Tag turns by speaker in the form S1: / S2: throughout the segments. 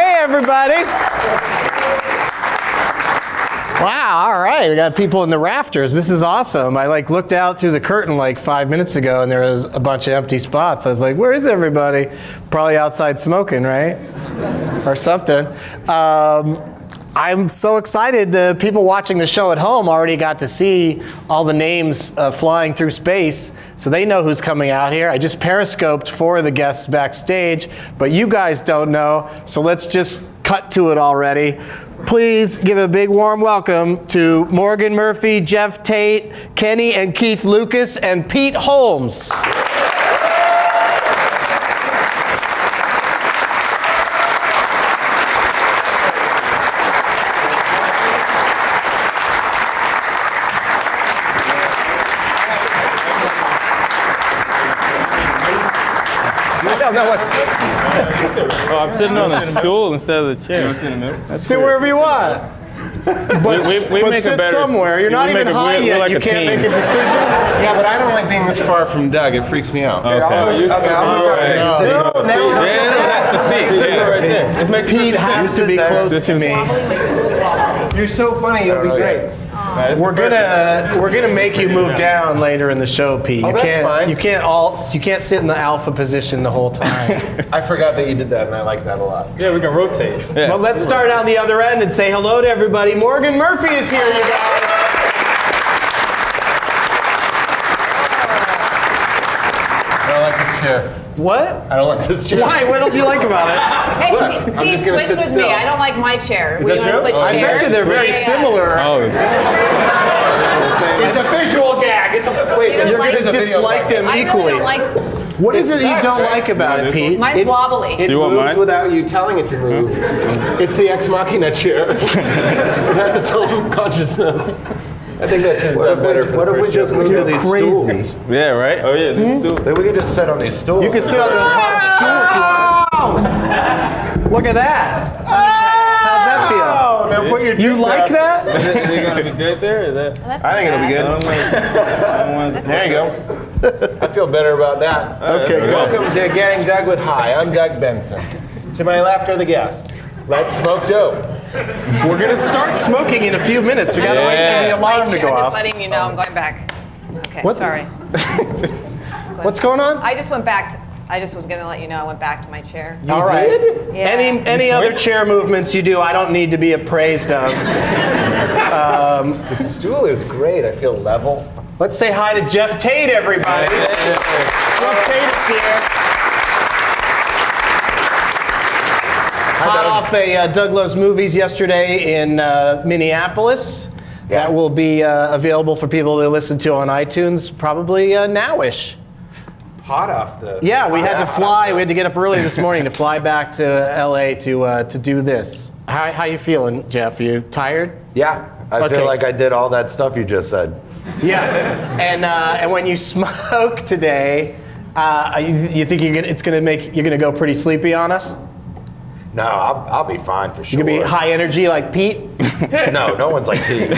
S1: everybody. Wow, all right. We got people in the rafters. This is awesome. I like looked out through the curtain like 5 minutes ago and there was a bunch of empty spots. I was like, "Where is everybody?" Probably outside smoking, right? or something. Um, I'm so excited. The people watching the show at home already got to see all the names uh, flying through space, so they know who's coming out here. I just periscoped four of the guests backstage, but you guys don't know, so let's just cut to it already. Please give a big warm welcome to Morgan Murphy, Jeff Tate, Kenny and Keith Lucas, and Pete Holmes. I don't know what's.
S2: Oh, I'm sitting on a stool instead of the chair.
S1: Sit wherever you want. But,
S2: We- we- we
S1: but
S2: make a
S1: sit
S2: better-
S1: somewhere. You're
S2: we
S1: not
S2: make
S1: even
S2: a-
S1: high
S2: we're- we're
S1: yet.
S2: like
S1: you
S2: a
S1: can't
S2: team.
S1: make a decision.
S3: Yeah, but I don't like being this far from Doug. It freaks me
S2: Oh.
S3: out.
S2: Okay.
S3: Okay, I'll move up
S2: Alright.
S3: here.
S2: No.
S3: Sit down. Now we're-
S2: Yeah, no, that's the seat. Sit right there. It makes
S1: Pete
S2: perfect sense.
S1: has to be close to me.
S3: You're so funny. You'll be great.
S1: We're gonna we're gonna make you move down later in the show, Pete. You
S3: Oh, that's
S1: can't
S3: fine.
S1: you can't all you can't sit in the alpha position the whole time.
S3: I forgot that you did that, and I like that a lot.
S2: Yeah, we can rotate.
S1: Well, let's start on the other end and say hello to everybody. Morgan Murphy is here, you guys.
S3: I don't like this chair.
S1: What?
S3: I don't like this chair.
S1: Why? What don't you like about it?
S4: Hey,
S3: Look, I'm
S4: Pete,
S3: just gonna
S4: switch
S3: sit
S4: with
S3: still.
S4: me. I don't like my chair. Is we
S3: that
S4: want
S3: true?
S4: to switch
S3: Oh, I
S1: I
S4: chairs.
S1: bet you they're very
S4: Yeah, yeah.
S1: similar.
S2: Oh,
S1: It's a visual gag. It's a, wait,
S4: You don't
S1: you're
S4: like-
S1: gonna dislike them
S4: I really
S1: equally.
S4: don't like.
S1: What is it you
S3: sucks,
S1: don't
S3: right?
S1: like about it, Pete?
S4: Mine's wobbly.
S3: It
S2: you want
S3: moves
S2: mine?
S3: without you telling it to move. it's the ex machina chair. it has its own consciousness. I think that's should
S5: What if we, what if we just move to these
S1: crazy.
S5: stools?
S2: yeah, right? Oh, yeah, this stool.
S5: Then we can just sit on these stools.
S1: You can sit on a hot stool if you want. Look at that. How's that feel?
S3: Now put your
S1: You like that?
S2: Is it, is it gonna be good there? Is that?
S4: That's
S5: I think it'll be
S2: I
S4: sad.
S5: good.
S2: don't want it to- I don't want it to-
S5: There you go.
S3: I feel better about that.
S1: Uh.
S5: Okay, good.
S3: Welcome to Getting Doug with Hi. I'm Doug Benson. To my left are the guests. Let's smoke dope.
S1: We're gonna start smoking in a few minutes. We
S4: I
S1: gotta
S4: don't like
S1: wait for
S4: that.
S1: the alarm
S4: My
S1: to
S4: chair.
S1: go
S4: I'm
S1: off.
S4: just letting you know I'm going back. Okay,
S1: What?
S4: sorry.
S1: What's going on?
S4: I just went back. To, I just was gonna let you know I went back to my chair.
S1: All right.
S4: Yeah.
S1: Any any other chair movements you do, I don't need to be appraised of.
S3: The stool is great. I feel level.
S1: Let's say hi to Jeff Tate, everybody. Jeff Tate is here. Hot off a uh, Doug Loves Movies yesterday in uh, Minneapolis. That will be uh, available for people to listen to on iTunes probably uh, nowish.
S3: Hot off the.
S1: Yeah, we had to fly. We had to get up early this morning to fly back to LA to uh, to do this. How how you feeling, Jeff? You tired?
S5: Yeah, I
S1: Okay.
S5: feel like I did all that stuff you just said.
S1: Yeah, and uh, and when you smoke today, uh, you, you think you're gonna, it's gonna make you're gonna go pretty sleepy on us?
S5: No, I'll, I'll be fine for sure.
S1: You're gonna be high energy like Pete?
S5: No, no one's like Pete.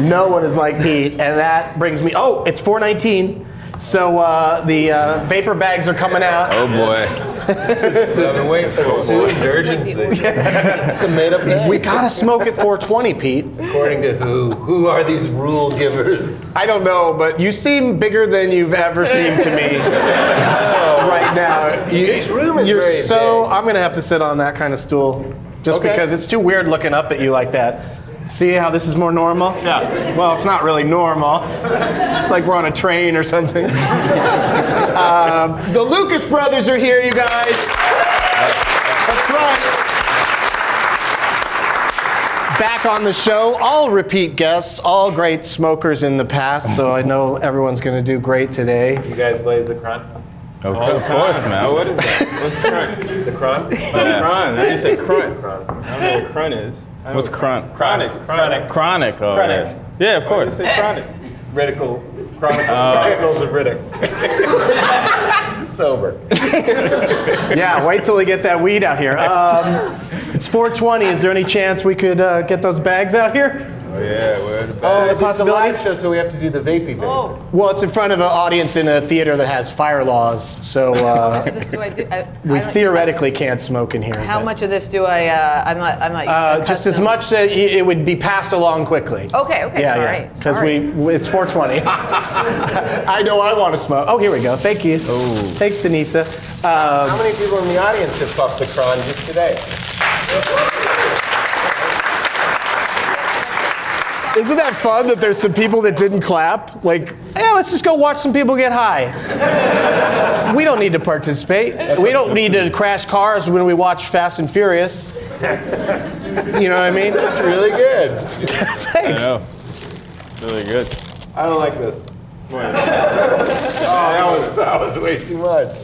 S1: no one is like Pete, and that brings me. Oh, it's 419. So uh, the uh, vapor bags are coming out.
S2: Oh, boy.
S3: I've been waiting for it.
S5: Urgency.
S3: It's a made up thing.
S1: We gotta smoke at 420, Pete.
S5: According to who? Who are these rule givers?
S1: I don't know, but you seem bigger than you've ever seemed to me right now. You,
S5: This room is
S1: you're
S5: very
S1: so.
S5: big.
S1: I'm gonna have to sit on that kind of stool just
S5: Okay.
S1: because it's too weird looking up at you like that. See how this is more normal? Yeah. Well, it's not really normal. It's like we're on a train or something. Um, the Lucas brothers are here, you guys. That's right back on the show. All repeat guests, all great smokers in the past, so I know everyone's going to do great today.
S3: You guys blaze the crunk?
S2: Okay, of course, man. Oh, What is that? What's crunk?
S3: The crunk?
S2: Crun. I just said crunt. I don't know what crun is. What's crun? Chronic. Chronic. Chronic. Oh,
S3: Chronic.
S2: yeah. Yeah, of course. It's chronic.
S3: Riddicle. Chronicle.
S1: Oh.
S3: Chronicles of Riddick. Sober.
S1: Uh, Yeah, wait till we get that weed out here. Um, it's 420. Is there any chance we could uh, get those bags out here?
S5: Yeah, we're the
S3: Oh,
S5: best.
S3: it's a
S5: it's a
S3: possibility?
S5: live show, so we have to do the vapey vape.
S4: Oh,
S1: Well, it's in front of an audience in a theater that has fire laws, so uh,
S4: how much of this do I do? I- I
S1: we
S4: don't-
S1: theoretically can't smoke in here.
S4: How
S1: but-
S4: much of this do I? Uh, I'm not. I'm not.
S1: Uh, just as
S4: accustomed-
S1: much that y- it would be passed along quickly.
S4: Okay. Okay.
S1: Yeah,
S4: all
S1: yeah.
S4: right,
S1: Because
S4: sorry.
S1: we, we- it's 420. I know I want to smoke. Oh, here we go. Thank you. Thanks, Denisa. Uh,
S5: How many people in the audience have fucked the cron just today?
S1: isn't that fun that there's some people that didn't clap? Like, yeah, let's just go watch some people get high. we don't need to participate. we don't need to crash cars when we watch Fast and Furious. you know what I mean?
S5: That's really good.
S1: Thanks.
S2: know. Really good.
S5: I don't like this. Oh, that was that was way too much.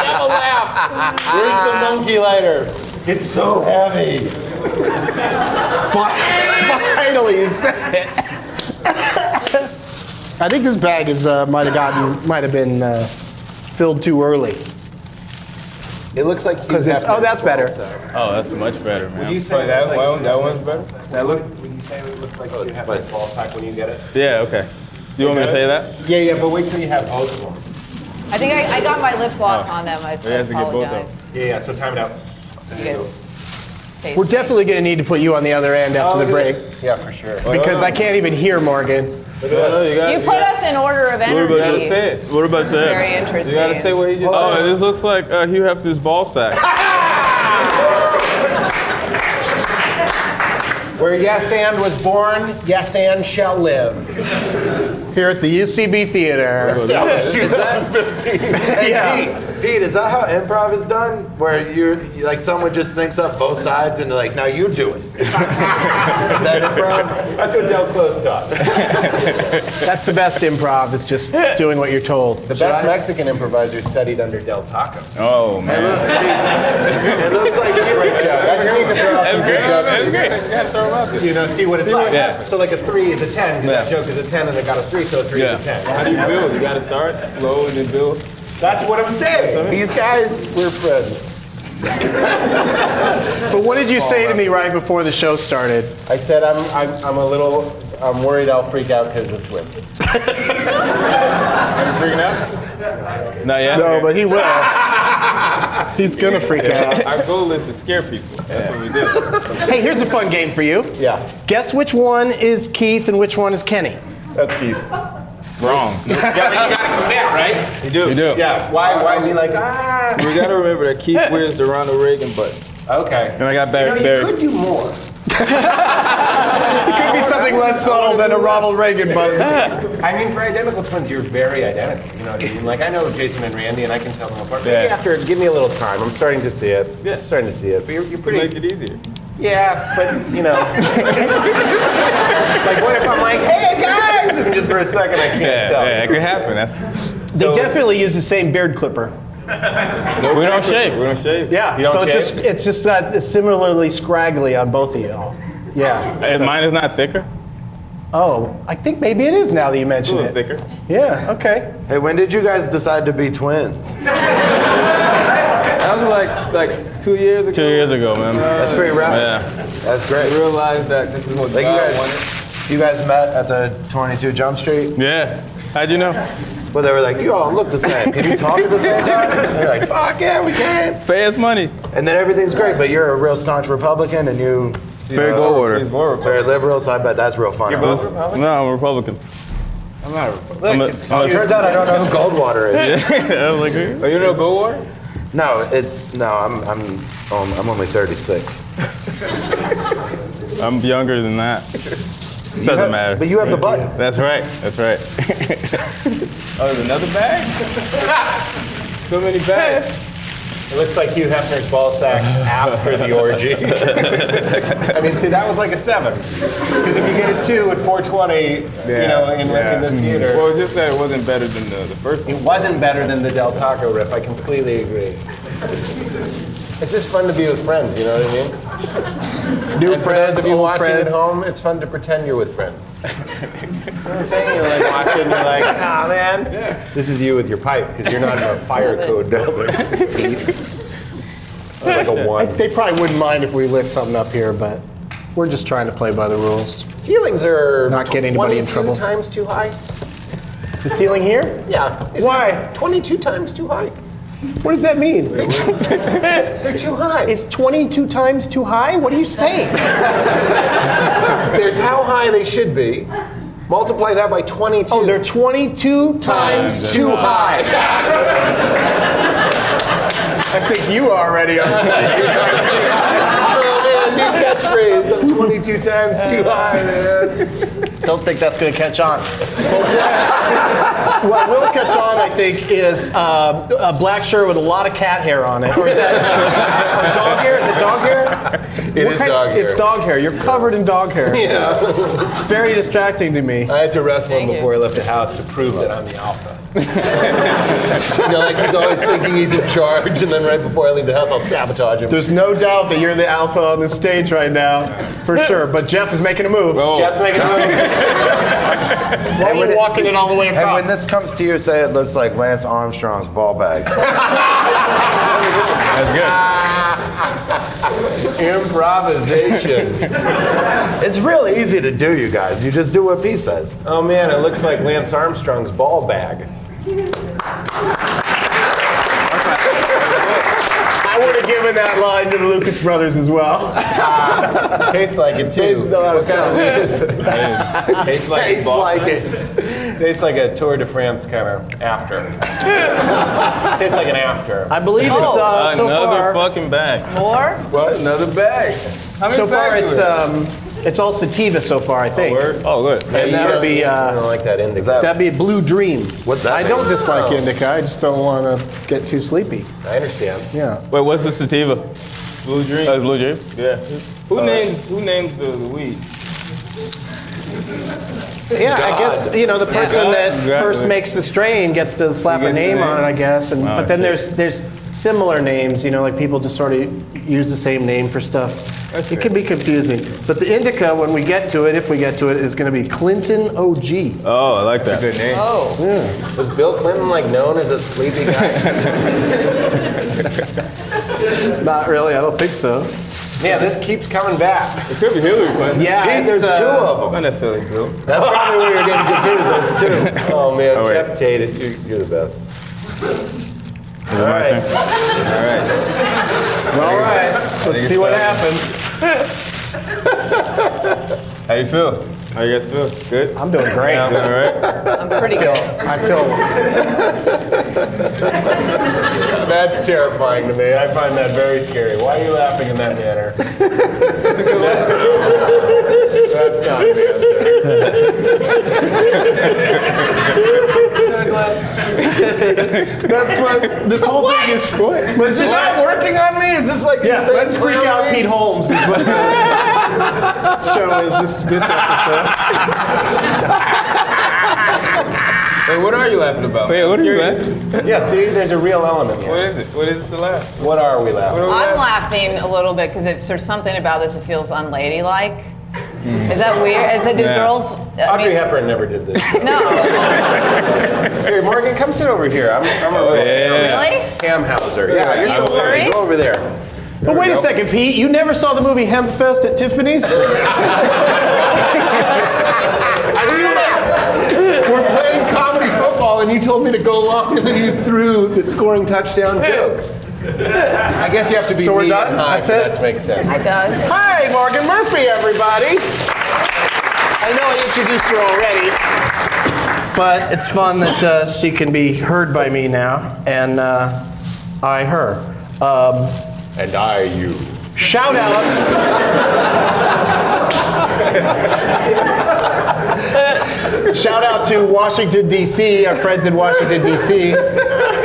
S5: Where's the monkey lighter? It's so heavy.
S1: Finally, you said it. I think this bag is uh, might have gotten might have been uh, filled too early.
S5: It looks like
S1: Because it's oh, that's better.
S2: Oh, that's much better, man.
S5: You say that one? That one's better.
S3: That look, when you say it looks like
S5: Oh,
S3: you have that ball pack when you get it.
S2: Yeah, okay. You want me to say that?
S5: Yeah, yeah, but wait till you have both of them.
S4: I think I, I got my lip gloss
S1: Oh.
S4: on them. I
S2: We have to get both of
S4: apologize.
S3: Yeah, yeah, so time it out.
S4: You guys. taste
S1: We're
S4: me.
S1: definitely going to need to put you on the other end after the break
S5: Yeah, for sure.
S1: because I can't even hear Morgan.
S2: you got
S4: You put us in order of
S2: What about to
S4: energy.
S2: say it? What about to say it?
S4: Very interesting.
S2: You gotta say what he just Oh, this looks like uh, Hugh Hefner's ball sack.
S5: Where yes and was born, yes and shall live.
S1: Here at the UCB Theater.
S5: Established 2015. Hey, Pete, Pete, is that how improv is done? Where you're you- like someone just thinks up both sides and they're like, now you do it. is that improv? That's what Del Close taught. The
S1: That's the best improv. Is just doing what you're told.
S5: best Mexican improviser studied under Del Taco.
S2: Oh, man.
S5: It looks, it looks like you great job. I just need to throw out some good
S2: That's
S5: jokes.
S2: great. That's great.
S5: You know, see what it's like.
S2: Yeah.
S5: So like a three is a ten because that
S2: Yeah.
S5: joke is a ten, and I got a three, so a three
S2: Yeah.
S5: is a ten.
S2: How do you build? You gotta start slow and then build.
S5: That's what I'm saying. These guys, we're friends.
S1: But what did you say to me right before the show started?
S5: I said I'm, I'm, I'm a little, I'm worried I'll freak out because of twins.
S2: Not yet?
S1: No, but he will. He's gonna freak out.
S2: Our goal is to scare people. That's what we do.
S1: Hey, here's a fun game for you.
S5: Yeah.
S1: Guess which one is Keith and which one is Kenny.
S2: That's Keith. Wrong.
S5: right?
S2: You do. You do.
S5: Yeah. Why, why be like, ah?
S2: We gotta remember that Keith wears the Ronald Reagan button.
S5: Okay.
S2: And I got Barry.
S5: You, know, you could do more.
S1: It could be something less subtle than a Ronald Reagan button.
S5: I mean, for identical twins, you're very identical. You know what I mean? Like, I know Jason and Randy, and I can tell them apart. Maybe
S2: Yeah.
S5: after, give me a little time. I'm starting to see it.
S2: Yeah.
S5: I'm starting to see it. But you're, you're pretty.
S2: Make it easier.
S5: Yeah, but you know. like, what if I'm like, hey guys, and just for a second I can't tell.
S2: it could happen. That's,
S1: They definitely use the same beard clipper.
S2: we don't shave. We don't shave.
S1: Yeah.
S2: You don't
S1: so it's
S2: shave?
S1: just it's just uh, similarly scraggly on both of y'all. Yeah.
S2: Hey, mine is not thicker.
S1: Oh, I think maybe it is now that you
S2: It's a
S1: mention
S2: little
S1: it.
S2: thicker.
S1: Yeah. Okay.
S5: Hey, when did you guys decide to be twins?
S2: That was like like two years ago. Two years ago, man.
S5: That's pretty rough.
S2: yeah.
S5: That's great.
S2: I realized that this is what
S5: Like you
S2: God
S5: guys, you guys met at the 22 Jump Street,
S2: wanted. Yeah. How'd you know?
S5: where they were like, you all look the same. Can you talk at the same time? And you're like, fuck yeah, we can.
S2: Fast money.
S5: And then everything's great, but you're a real staunch Republican, and you, you
S2: Fair
S5: know,
S2: go order.
S5: very liberal. So I bet that's real fun.
S2: No, I'm Republican. I'm not a Republican. I'm a,
S5: Oh, it
S2: I'm
S5: turns out I don't know who Goldwater is.
S2: a, I'm like, oh, you know Goldwater?
S5: No, it's no. I'm I'm um, I'm only 36.
S2: I'm younger than that. Doesn't matter.
S5: But you have the button.
S2: That's right. That's right. oh, there's another bag? so many bags.
S5: It looks like Hugh Hefner's ball sack after the orgy. I mean, see, that was like a seven. Because if you get a two at 420, you know, in, in
S1: Hmm.
S5: this theater,
S2: Well, just that it wasn't better than the, the first one.
S5: it wasn't better than the Del Taco riff. I completely agree. It's just fun to be with friends, you know what I mean?
S1: New
S5: And for those of you
S1: old
S5: watching
S1: friends.
S5: at home, it's fun to pretend you're with friends. you know what I'm saying? You're like watching, you're like, nah, man. This is you with your pipe, because you're not in a fire code now. like a one.
S1: They probably wouldn't mind if we lit something up here, but We're just trying to play by the rules.
S3: Ceilings are
S1: Not get anybody in
S3: 22
S1: trouble.
S3: times too high.
S1: The ceiling here?
S3: Yeah. it's
S1: Why?
S3: not- 22 times too high.
S1: What does that mean?
S3: They're too high.
S1: Is 22 times too high? What are you saying?
S3: There's how high they should be. Multiply that by 22.
S1: Oh, they're 22 times too high. I think you already are.
S3: 22 times too high. Oh, man, new catchphrase. I'm 22 times too high, man.
S1: Don't think that's going to catch on. But what, what will catch on, I think, is uh, a black shirt with a lot of cat hair on it. Or is that or dog hair? Is it dog hair?
S3: It
S1: What
S3: is
S1: kind-
S3: dog hair.
S1: It's dog hair. You're covered in dog hair.
S3: Yeah.
S1: It's very distracting to me.
S3: I had to wrestle him
S4: Thank you.
S3: before he left the house to prove that I'm the alpha. you know, like he's always thinking he's in charge, and then right before I leave the house, I'll sabotage him.
S1: There's no doubt that you're the alpha on the stage right now, for sure. But Jeff is making a move. Jeff's making a move. Why are you walking it all the way
S5: And when
S1: across?
S5: this comes to you, say it looks like Lance Armstrong's ball bag.
S2: That's good.
S5: Improvisation. it's real easy to do, you guys. You just do what Pete says.
S3: Oh man, it looks like Lance Armstrong's ball bag.
S1: I would have given that line to the Lucas brothers as well.
S3: Tastes like it too.
S1: No,
S3: What
S1: it's not.
S3: kind of is it? Tastes like
S1: Tastes
S3: ball.
S1: like it.
S3: Tastes like a Tour de France kind of after. Tastes like an after.
S1: I believe it's
S5: Oh,
S1: uh, so
S2: Oh. Another
S1: far.
S2: fucking bag.
S4: More?
S3: What? Another bag. How many
S1: so far,
S3: bags
S1: it's
S3: were there?
S1: um, it's all sativa so far. I think
S3: Word?
S2: Oh, good.
S1: and that'd be
S3: I
S1: uh,
S3: don't like that indica.
S1: that'd be a blue dream.
S5: What's that
S1: I
S5: mean?
S1: don't dislike indica. I just don't want to get too sleepy.
S3: I understand.
S1: Yeah.
S2: Wait, what's the sativa? Blue Dream. Uh, Blue Dream.
S3: Yeah.
S2: Who named Who named the, the weed?
S1: Yeah, I guess you know the person
S2: Yeah.
S1: that
S2: Exactly.
S1: first makes the strain gets to slap
S2: You
S1: a
S2: get the
S1: name on it,
S2: name.
S1: I guess. And
S2: Oh,
S1: but then
S2: shit.
S1: there's there's similar names, you know, like people just sort of use the same name for stuff. it can be confusing. But the indica, when we get to it, if we get to it, is going to be Clinton OG.
S2: Oh, I like that. Good name.
S4: Oh.
S3: Was Bill Clinton like known as a sleepy guy?
S1: Not really, I don't think so.
S3: yeah, this keeps coming back.
S2: It could be Hillary Clinton. Oh,
S1: Yeah,
S3: Pete,
S1: it's,
S3: there's two
S1: uh,
S3: of them.
S2: Not necessarily Bill.
S3: That's probably where you're getting confused. Those two. Oh man,
S2: Oh, wait.
S3: Jeff Tate, it- you- you're the best.
S2: All right. All right.
S1: All right, let's see what happens.
S2: How you feel? How you guys feel? Good.
S1: I'm doing great.
S2: Yeah, I'm all right.
S4: I'm pretty
S1: I
S4: good.
S1: feel, I feel
S3: That's terrifying to me. I find that very scary. Why are you laughing in that manner?
S1: that's what this whole thing is. Let's just,
S3: working on me? Is this like
S1: yeah, let's freak out Pete Holmes is what the show is this this episode.
S3: Hey, what are you laughing about?
S2: Wait, what are you laughing?
S3: Yeah, see, there's a real element here.
S2: What is it? What is the laugh?
S3: What are we laughing?
S2: What are we
S4: I'm
S2: laughing?
S4: laughing a little bit because if there's something about this that feels unladylike. Is that weird? Is that do
S2: Hmm. Yeah.
S4: girls? I
S3: Audrey
S4: mean,
S3: Hepburn never did this.
S4: no,
S3: Here, Morgan, come sit over here. I'm, I'm a real
S2: Yeah.
S4: really?
S3: ham houser. Yeah, you're so
S4: Sorry?
S3: funny. Go over there.
S1: But wait
S3: we
S1: a
S3: go.
S1: second, Pete. You never saw the movie Hempfest at Tiffany's?
S3: We're playing comedy football, and you told me to go long, and then you threw the scoring touchdown joke. I guess you have to be
S1: So we're
S3: me
S1: done?
S3: and high
S1: That's
S3: for
S1: it?
S3: that to make sense.
S4: I does.
S1: Hi, Morgan Murphy, everybody. I know I introduced her already, but it's fun that uh, she can be heard by me now, and uh, I her. Um,
S3: And I, you.
S1: shout out. Shout out to Washington D.C. Our friends in Washington D.C.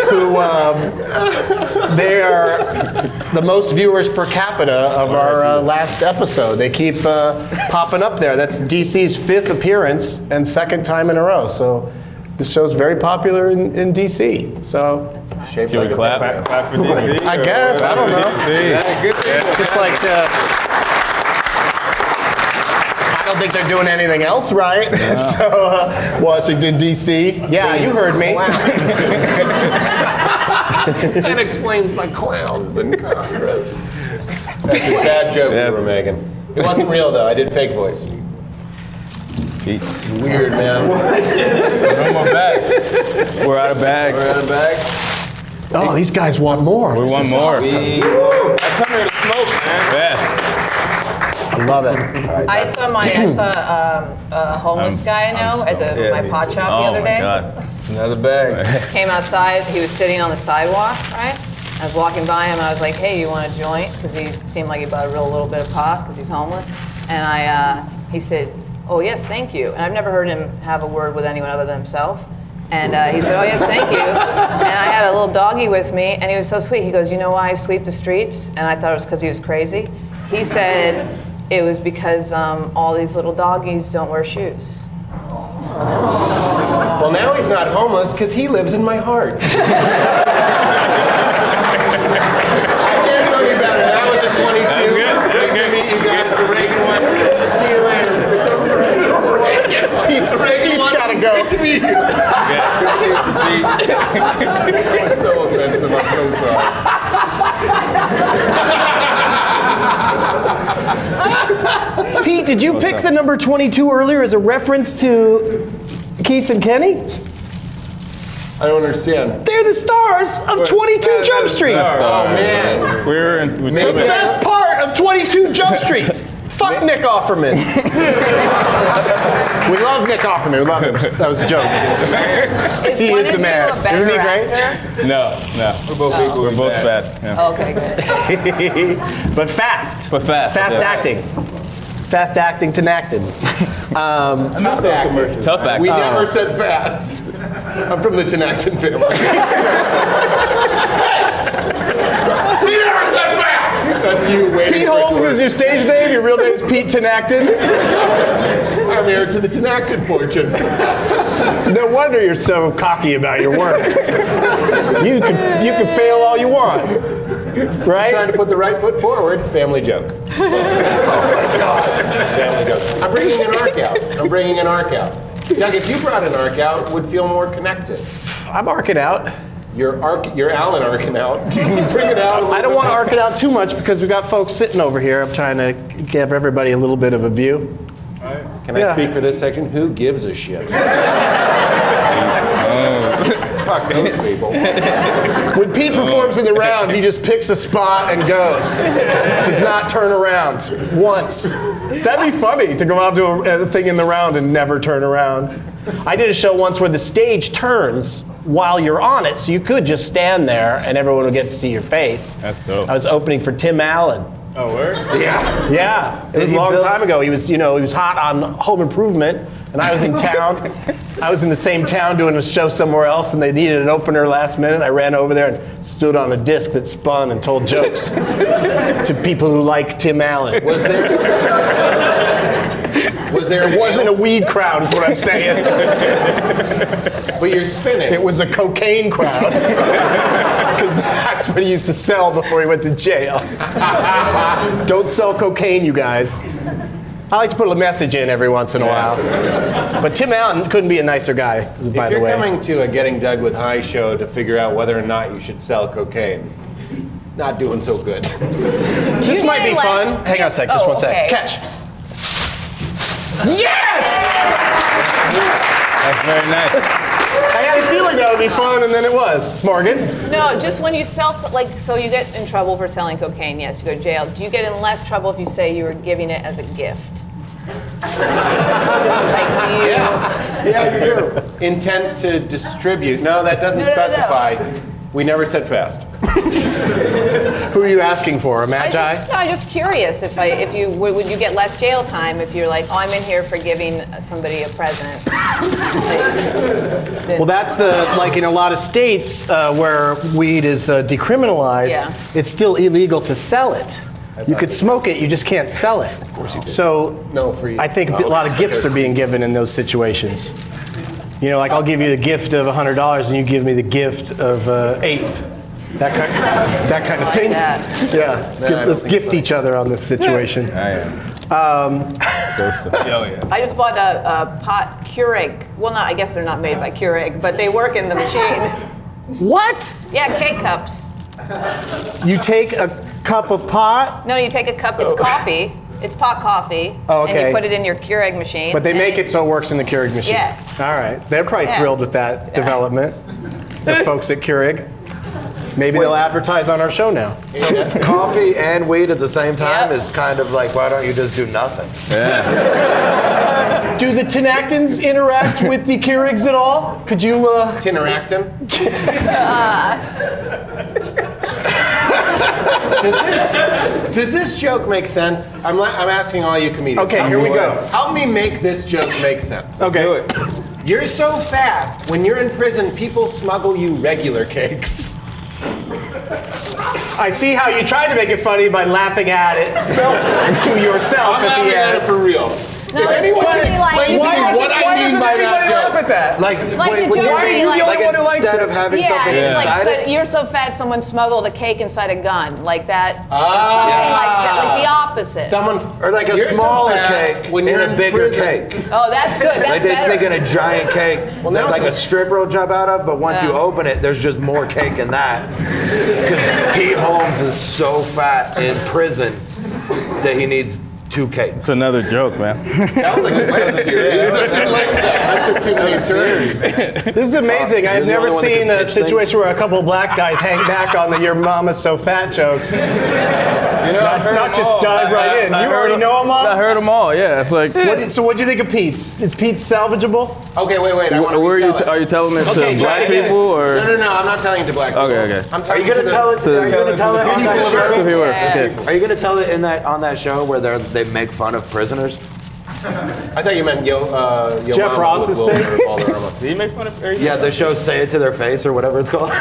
S1: who um, they are the most viewers per capita of our uh, last episode. They keep uh, popping up there. That's D.C.'s fifth appearance and second time in a row. So this show's very popular in, in D.C. So
S2: Should we clap? Clap for DC?
S1: I guess, I don't know.
S2: Yeah, good
S1: Just like to. I don't think they're doing anything else right. so, uh, Washington, D.C. Yeah, you heard me.
S3: That explains my clowns in Congress. That's a bad joke we were making.
S5: It wasn't real though. I did fake voice.
S2: Peace.
S5: Weird man.
S2: No more bags. We're out of bags.
S5: We're out of bags.
S1: Oh, these guys want more.
S2: We
S1: This
S2: want
S1: is
S2: more.
S1: awesome.
S2: I come here to smoke, man. Yeah.
S1: I love it.
S4: I saw my I saw um, a homeless
S2: I'm-
S4: guy I know
S2: I'm
S4: at the
S2: stoned.
S4: my pot shop
S2: oh
S4: the other
S2: my
S4: day.
S2: God.
S5: Another bag.
S4: Came outside. He was sitting on the sidewalk, right? I was walking by him and I was like, "Hey, you want a joint?" Because he seemed like he bought a real little bit of pot because he's homeless. And I, uh, he said, "Oh yes, thank you." And I've never heard him have a word with anyone other than himself. And uh, he said, "Oh yes, thank you." And I had a little doggy with me, and he was so sweet. He goes, "You know why I sweep the streets?" And I thought it was because he was crazy. He said it was because um, all these little doggies don't wear shoes.
S3: Well, now he's not homeless because he lives in my heart. I can't tell you better. That was a 22.
S2: That's good.
S3: Great to meet you guys. The Reagan one. See you later. Pete's, Pete's gotta go. Great to meet you.
S2: Yeah.
S3: That was so offensive. I'm so sorry.
S1: Pete, did you pick the number 22 earlier as a reference to Keith and Kenny?
S3: I don't understand.
S1: They're the stars of 22 Jump Street.
S3: Oh, man.
S2: We were in. We
S1: The
S2: took it.
S1: best part of 22 Jump Street. Fuck Nick Offerman. we love Nick Offerman. We love him. That was a joke. he
S4: one
S1: is
S4: of
S1: the
S4: you
S1: man.
S4: a better
S1: Isn't he great?
S4: actor?
S2: No, no. We're both equal. We're both fat. Yeah.
S4: Okay, good.
S1: but fast.
S2: But fast,
S1: Fast
S2: yeah.
S1: acting. Fast acting to Nacton. Um,
S3: Tough acting.
S2: Tough act.
S3: We never said fast. I'm from the Tenactin family. we never said fast. That's you waiting
S1: Pete
S3: for it to
S1: Holmes
S3: work.
S1: is your stage name. Your real name is Pete Tenacton.
S3: I'm heir to the Tenactin fortune.
S1: No wonder you're so cocky about your work. you could you could fail all you want,
S3: Trying
S1: right?
S3: to put the right foot forward. Family joke. oh my God. Family joke. I'm bringing an arc out. I'm bringing an arc out. Doug, if you brought an arc out, would feel more connected.
S1: I'm arcing out.
S3: Your arc, your Alan arcing out. Can you bring it out? a
S1: I don't
S3: little
S1: want to
S3: bit?
S1: arc it out too much because we got folks sitting over here. I'm trying to give everybody a little bit of a view.
S3: Can
S1: Yeah.
S3: I speak for this section? Who gives a shit? Fuck those people.
S1: When Pete performs in the round, he just picks a spot and goes. Does not turn around once. That'd be funny to go out to a, a thing in the round and never turn around. I did a show once where the stage turns while you're on it, so you could just stand there and everyone would get to see your face.
S2: That's dope.
S1: I was opening for Tim Allen.
S2: Oh, where?
S3: Yeah.
S1: Yeah, it was a
S3: he
S1: long
S3: build-
S1: time ago. He was, you know, he was hot on Home Improvement, and I was in town. I was in the same town doing a show somewhere else, and they needed an opener last minute. I ran over there and stood on a disc that spun and told jokes to people who like Tim Allen.
S3: Was there? Was there?
S1: It wasn't a weed crowd, is what I'm saying.
S3: But you're spinning.
S1: It was a cocaine crowd. Because that's what he used to sell before he went to jail. Don't sell cocaine, you guys. I like to put a message in every once in a while. But Tim Allen couldn't be a nicer guy, by
S3: if
S1: the
S3: you're
S1: way.
S3: coming to a Getting Doug with High show to figure out whether or not you should sell cocaine, not doing so good.
S1: this
S4: You
S1: might be
S4: did last-
S1: fun. Hang on a sec, just
S4: Oh,
S1: one sec.
S4: okay.
S1: Catch. Yes!
S2: That's very nice.
S1: I had a feeling that would be fun, and then it was. Morgan?
S4: No, just when you sell, like, so you get in trouble for selling cocaine, yes, you go to jail. Do you get in less trouble if you say you were giving it as a gift? like, do you?
S3: Yeah, you do. Intent to distribute. No, that doesn't
S4: No, no, no.
S3: specify. We never said fast.
S1: Who are you asking for? A
S4: I
S1: magi?
S4: just, no, I'm just curious if I, if you, would, would you get less jail time if you're like, oh, I'm in here for giving somebody a present? Like,
S1: Well, that's the like in a lot of states uh, where weed is uh, decriminalized.
S4: Yeah.
S1: It's still illegal to sell it. You could smoke it, you just can't sell it. Of course you do. So
S3: No, free-
S1: I think a lot of gifts are being given in those situations. You know, like I'll give you the gift of hundred dollars, and you give me the gift of uh, eighth. That kind, that kind of thing.
S4: that.
S1: Yeah, let's, give-
S3: Nah, I don't
S1: let's
S3: think
S1: gift
S3: so.
S1: each other on this situation.
S2: I am. Um. Oh, yeah.
S4: I just bought a, a pot Keurig. Well, not, I guess they're not made by Keurig, but they work in the machine.
S1: What?
S4: Yeah, K cups.
S1: You take a cup of pot
S4: No, you take a cup, it's coffee, It's pot coffee.
S1: Oh,
S4: And
S1: okay.
S4: you put it in your Keurig machine.
S1: But they
S4: and
S1: make it so it works in the Keurig machine.
S4: Yeah.
S1: All right. They're probably
S4: Yeah.
S1: thrilled with that development. The folks at Keurig. Maybe they'll advertise on our show now.
S5: Coffee and weed at the same time
S4: Yep.
S5: is kind of like, why don't you just do nothing?
S1: Do the Tenactins interact with the Keurigs at all? Could you? Uh...
S3: Tinneractin? does, this, does this joke make sense? I'm, la- I'm asking all you comedians.
S1: Okay,
S3: Help
S1: here we
S3: me-
S1: go.
S3: Help me make this joke make sense.
S1: Okay.
S2: Do it.
S3: You're so fat. When you're in prison, people smuggle you regular cakes.
S1: I see how you tried to make it funny by laughing at it to yourself at the end.
S3: for real.
S4: No,
S3: if
S4: it's
S3: anyone
S4: gonna
S3: can
S4: be like-
S3: explain
S4: Why
S3: to me
S4: doesn't-
S3: what
S1: why
S3: I mean
S1: doesn't
S3: by that
S1: anybody
S3: joke,
S1: laugh at that?
S5: Like,
S4: Like the joke where you like-
S5: like
S4: Why are you the only one who likes
S5: instead
S1: it?
S5: of having
S4: Yeah,
S5: something
S4: it's like
S5: inside
S4: so-
S5: it,
S4: you're so fat someone smuggled a cake inside a gun, like that. or
S3: Ah.
S4: something like that, like the opposite.
S3: Someone
S5: or like a
S3: You're so
S5: smaller
S3: fat
S5: cake
S3: when
S5: and
S3: you're
S5: a
S3: in
S5: bigger
S3: prison.
S5: cake.
S4: oh, that's good. That's
S5: Like they
S4: better.
S5: sneak in a giant cake,
S3: Well, now
S5: that like a
S3: it's-
S5: stripper will jump out of, but once you
S4: Yeah.
S5: open it, there's just more cake in that. Because Pete Holmes is so fat in prison that he needs two cakes.
S2: It's another joke, man.
S3: That was like a web series. that took too many turns.
S1: This is amazing.
S5: Uh, you're
S1: I've
S5: the
S1: never
S5: only one that
S1: seen
S5: can
S1: a
S5: pitch things.
S1: situation where a couple of black guys hang back on the "your mama's so fat" jokes.
S2: You know,
S1: Not- not just dive right in. You already know 'em all?
S2: I heard them all. Yeah, it's like.
S1: What did- so, what do you think of Pete's? Is Pete's salvageable?
S3: Okay, wait, wait. I want
S2: Wh-
S3: to
S2: Where are you?
S3: retell it.
S2: Are you telling this
S3: Okay,
S2: to
S3: try
S2: black
S3: again.
S2: people or?
S3: No, no, no. I'm not telling it to black people.
S2: Okay, okay.
S3: I'm
S5: Are
S3: telling
S5: you gonna
S3: the-
S5: tell it?
S2: to-
S5: Are you gonna tell it on
S3: people
S5: that
S3: who are-
S5: show?
S2: Who are-
S4: Yeah.
S2: Okay.
S5: Are you gonna tell it in that on that show where they're- they make fun of prisoners?
S3: I thought you meant Yo. Uh, Yo
S1: Jeff
S3: Mama
S1: Ross's
S3: with Will
S1: thing?
S3: Ferrell.
S2: Did you make fun of everything?
S5: Yeah, the show "Say It to Their Face" or whatever it's called.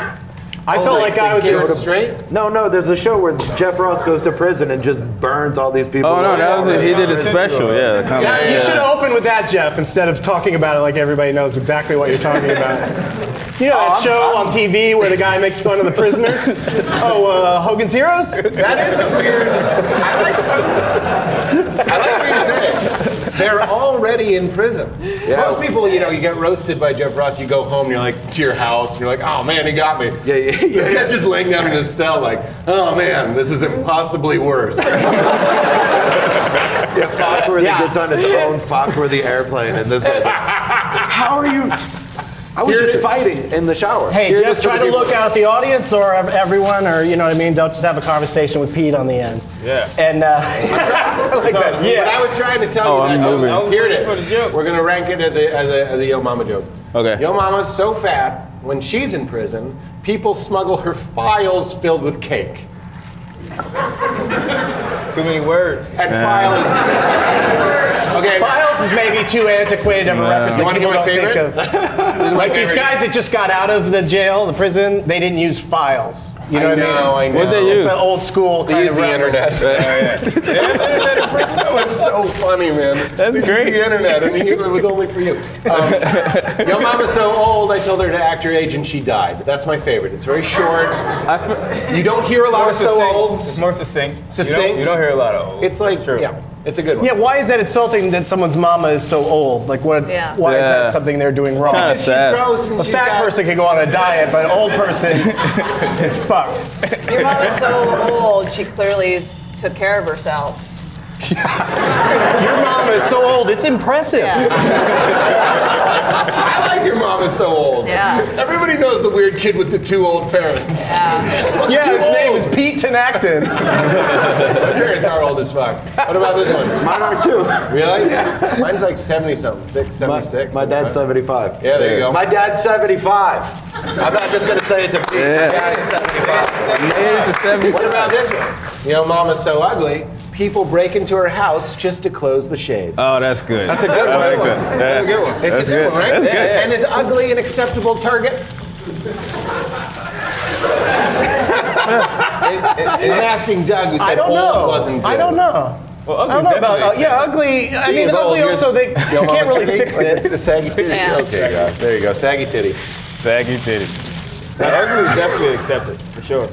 S1: I
S3: Oh,
S1: felt like I was.
S3: Is Garrett straight.
S5: No, no, there's a show where Jeff Ross goes to prison and just burns all these people.
S2: Oh no, that was a, he did a
S5: Yeah.
S2: special. Yeah, the comedy.
S1: You should have opened with that, Jeff, instead of talking about it like everybody knows exactly what you're talking about. You know
S6: Oh,
S1: that show on TV where the guy makes fun of the prisoners? oh, uh, Hogan's Heroes?
S3: That is a weird. I like. I like what you're saying. They're already in prison. Most people, you know, you get roasted by Jeff Ross. You go home and you're like to your house. And you're like, oh man, he got me.
S5: Yeah, yeah, yeah,
S3: This guy's just laying down in his cell, like, oh man, this is impossibly worse.
S5: Yeah, Foxworthy
S1: Yeah.
S5: gets on his own Foxworthy airplane, and this guy's like, "How are you?" I was just fighting in the shower.
S7: Hey,
S5: Here's
S7: just
S5: for the
S7: try to
S5: people.
S7: look out at the audience or ev- everyone, or you know what I mean. They'll just have a conversation with Pete on the end.
S3: Yeah.
S7: And uh,
S3: I like that.
S1: yeah.
S3: But I was trying to tell
S2: Oh,
S3: you
S2: I'm
S3: that.
S2: moving.
S3: Oh, here it is. We're gonna rank it as a, as a as a Yo Mama joke.
S2: Okay.
S3: Yo Mama's so fat when she's in prison, people smuggle her files filled with cake.
S2: Too many words.
S3: And file is. Okay.
S1: Files is maybe too antiquated of a reference
S3: You
S1: that
S3: wanna
S1: people don't
S3: hear my
S1: think of. like these guys that just got out of the jail, the prison, they didn't use files. You know
S3: I
S1: what
S3: know, I
S1: I mean?
S3: know. What'd
S2: they
S1: It's
S2: use?
S1: an old school kind
S3: Use
S1: of
S3: the
S1: reference.
S3: internet. that was so funny, man.
S2: That's
S3: Use
S2: great.
S3: The internet, and you- it was only for you. Um, Yo Mama's so old. I told her to act your age, and she died. That's my favorite. It's very short. You don't hear a lot of so olds.
S2: more succinct.
S3: Succinct.
S2: hear a lot of old.
S3: It's like, yeah, it's a good one.
S1: Yeah, why is that insulting that someone's mama is so old? Like, what?
S4: Yeah.
S1: Why is
S2: Yeah.
S1: that something they're doing wrong?
S2: Kinda
S3: she's
S2: sad.
S3: gross and
S1: A
S3: she's
S1: fat
S3: got-
S1: person can go on a diet, but an old person is fucked.
S4: Your mama's so old, she clearly took care of herself.
S1: Your mama is so old, it's impressive.
S4: Yeah.
S3: I like your mom is so old.
S4: Yeah.
S3: Everybody knows the weird kid with the two old parents.
S4: yeah.
S1: Yeah,
S3: Too
S1: his name
S3: old.
S1: is Pete Tenactin.
S3: My parents are old as fuck. What about this one? Mine are too. Really? Mine's like 70 something, six, 76.
S5: My dad's 75.
S3: Yeah, there you go.
S5: My dad's 75. I'm not just gonna say it to Pete.
S2: Yeah.
S5: My dad's 75.
S3: What about this one? You know, mama's so ugly, people break into her house just to close the shades.
S2: Oh, that's good.
S3: That's a good
S2: I like
S3: one.
S2: that.
S3: That's a good one. It's
S2: That's
S3: a good, one, right?
S2: That's good.
S3: And is ugly an acceptable target? I'm asking Doug, who said
S1: I don't
S3: old
S1: know.
S3: wasn't good.
S1: I don't know. I don't know about. Uh, yeah, ugly. I mean, ugly also they can't really fix it.
S3: The saggy titty.
S4: Yeah.
S3: Okay, guys, there you go. Saggy titty.
S2: Saggy titty. Now, ugly is definitely accepted, for sure.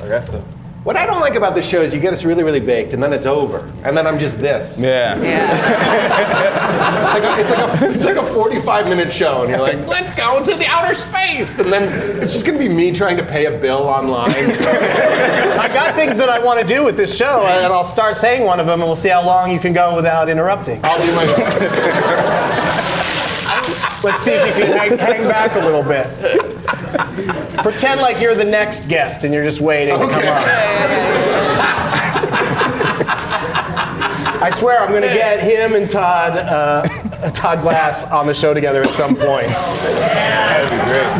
S2: Like, that's a,
S3: What I don't like about this show is you get us really, really baked, and then it's over, and then I'm just this.
S2: Yeah.
S4: Yeah.
S3: It's like a, it's like a, it's like a 45 minute show, and you're like, let's go into the outer space, and then it's just gonna be me trying to pay a bill online.
S1: I got things that I want to do with this show, and I'll start saying one of them, and we'll see how long you can go without interrupting.
S3: I'll do my.
S1: Let's see if you can hang, hang back a little bit. Pretend like you're the next guest, and you're just waiting to come on. I swear I'm going to get him and Todd, uh, Todd Glass, on the show together at some point.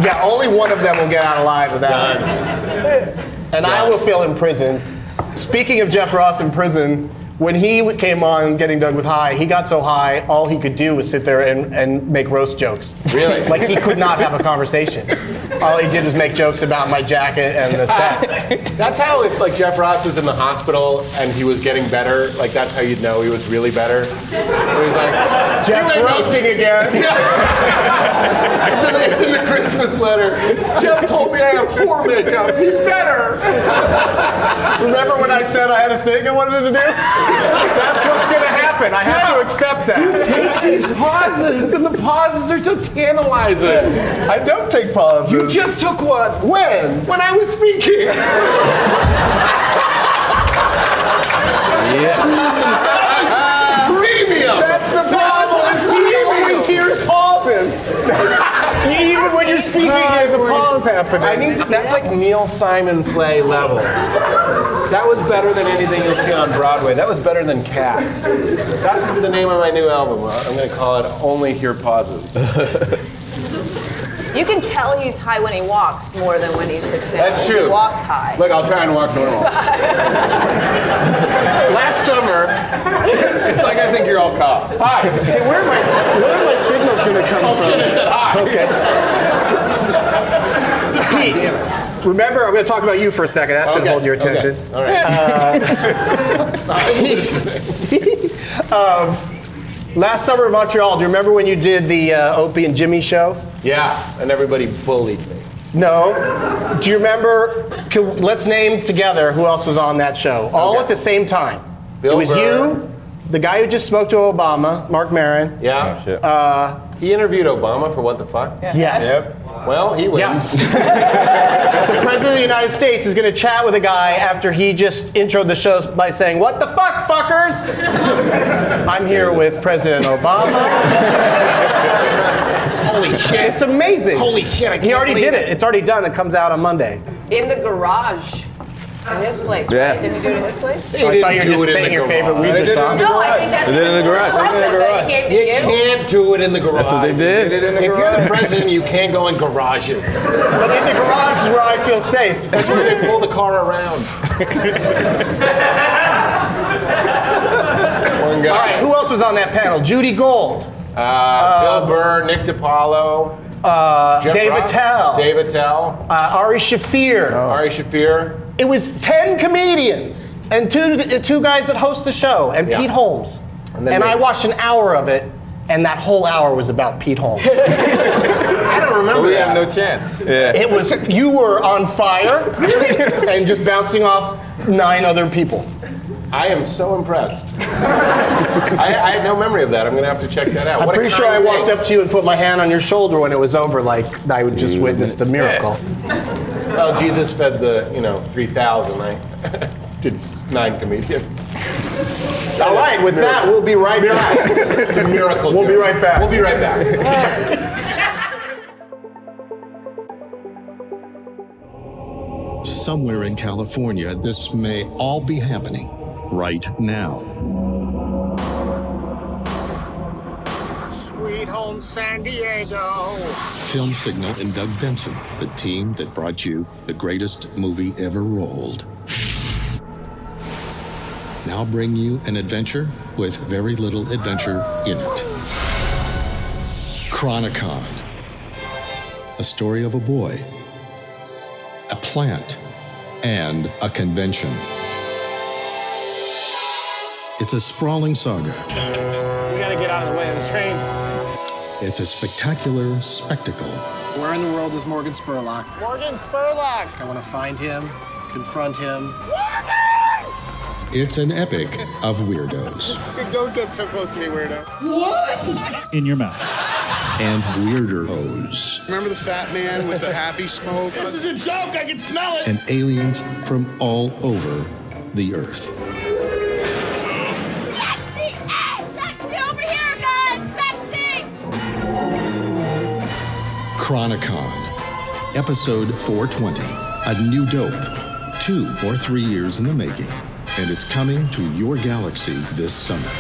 S1: Yeah, only one of them will get out alive without it. And I will feel imprisoned. Speaking of Jeff Ross in prison, when he came on Getting Dug with High, he got so high, all he could do was sit there and, and make roast jokes.
S3: Really?
S1: like he could not have a conversation. All he did was make jokes about my jacket and the set.
S3: That's how if like Jeff Ross was in the hospital and he was getting better, like that's how you'd know he was really better. He was like,
S1: Jeff's roasting again.
S3: it's in, the, it's in the Christmas letter. Jeff told me I have poor makeup. He's better.
S1: Remember when I said I had a thing I wanted to do? That's what's gonna happen. I have to accept that.
S3: Take these pauses, and the pauses are so tantalizing.
S1: I don't take pauses.
S3: You just took one
S1: when?
S3: when I was speaking. Premium.
S1: That's the problem. Is you always hear pauses. Even when you're speaking, there's a pause happening.
S3: I need to, that's like Neil Simon play level. That was better than anything you'll see on Broadway. That was better than Cats. That's the name of my new album. I'm gonna call it Only Hear Pauses.
S4: You can tell he's high when he walks more than when he sits down.
S3: That's
S4: He
S3: true.
S4: walks high.
S3: Look, I'll try and walk normal.
S1: Last summer,
S3: It's like I think you're all cops. Hi.
S1: hey, where are my where are my signals gonna come from? Okay. Pete, remember, I'm gonna talk about you for a second. That should
S3: Okay,
S1: hold your
S3: okay.
S1: attention.
S3: All right.
S1: Last summer in Montreal, do you remember when you did the uh, Opie and Jimmy show?
S3: yeah, and everybody bullied me.
S1: No. Do you remember? Can, let's name together who else was on that show, all
S3: Okay.
S1: at the same time.
S3: Bill
S1: it was
S3: Burr.
S1: you, the guy who just spoke to Obama, Mark Maron. Uh,
S3: Yeah.
S2: Oh, shit.
S3: He interviewed Obama for what the fuck? Yeah.
S1: Yes.
S3: Well, he wins.
S1: The president of the United States is going to chat with a guy after he just introed the show by saying, "What the fuck, fuckers?" I'm here with President Obama.
S3: Holy shit.
S1: It's amazing.
S3: Holy shit, I
S1: He
S3: can't
S1: already
S3: believe
S1: did it. It's already done. It comes out on Monday.
S4: In the garage. In this place,
S2: Yeah.
S4: right? Didn't he do it in this place?
S3: He
S1: I thought
S3: didn't
S1: you were
S3: do it
S1: just
S3: in
S1: saying
S3: the
S1: your favorite
S3: garage. They
S1: Weezer
S3: did it
S1: song.
S3: in the
S4: No, I think that's
S2: They did it in the garage. They did it in the
S4: That he gave
S3: You
S4: to you.
S3: can't do it in the garage.
S2: That's what they did. They did it in the
S3: if you're the
S2: garage.
S3: president, you can't go in garages.
S1: But in the garage is where I feel safe.
S3: That's where they pull the car around. One guy.
S1: All right, who else was on that panel? Judy Gold.
S3: Uh, Bill Burr, Nick DiPaolo,
S1: Uh,
S3: Jeff
S1: Dave
S3: Ross,
S1: Attell,
S3: Dave Oh. Attell,
S1: uh, Ari Shafir.
S3: Ari Shafir.
S1: It was 10 comedians and two, uh, two guys that host the show and
S3: Yeah.
S1: Pete Holmes.
S3: And
S1: And,
S3: then me.
S1: I watched an hour of it, and that whole hour was about Pete Holmes.
S3: I don't
S2: So
S3: remember
S2: we
S3: that.
S2: have no chance. Yeah.
S1: it was, you were on fire and just bouncing off nine other people.
S3: I am so impressed. I, I have no memory of that. I'm gonna have to check that out.
S1: I'm
S3: What a
S1: pretty sure I
S3: kind
S1: walked
S3: thing.
S1: up to you and put my hand on your shoulder when it was over, like I would just witnessed a miracle.
S3: Well, Jesus fed the you know three thousand. I did s- nine comedians.
S1: All right, with that, we'll be right back.
S3: It's a miracle.
S1: We'll be
S3: joke.
S1: right back.
S3: We'll be right back.
S7: Somewhere in California, this may all be happening right now.
S1: Sweet home San Diego.
S7: Film Signal and Doug Benson, the team that brought you the greatest movie ever rolled. Now bring you an adventure with very little adventure in it. Chronicon. A story of a boy, a plant, and a convention. It's a sprawling saga
S1: We gotta get out of the way of the train.
S7: It's a spectacular spectacle
S8: Where in the world is Morgan Spurlock?
S1: Morgan Spurlock.
S8: I want to find him
S9: confront him.
S10: It's an epic of weirdos
S9: Don't get so close to me, weirdo.
S11: in your mouth.
S10: and weirder hoes
S9: Remember the fat man with the happy smoke?
S11: This is a joke. I can smell it.
S10: and aliens from all over the earth.
S12: Sexy! Hey, sexy over here, guys! Sexy!
S10: Chronicon, episode 420, a new dope, two or three years in the making, and it's coming to your galaxy this summer.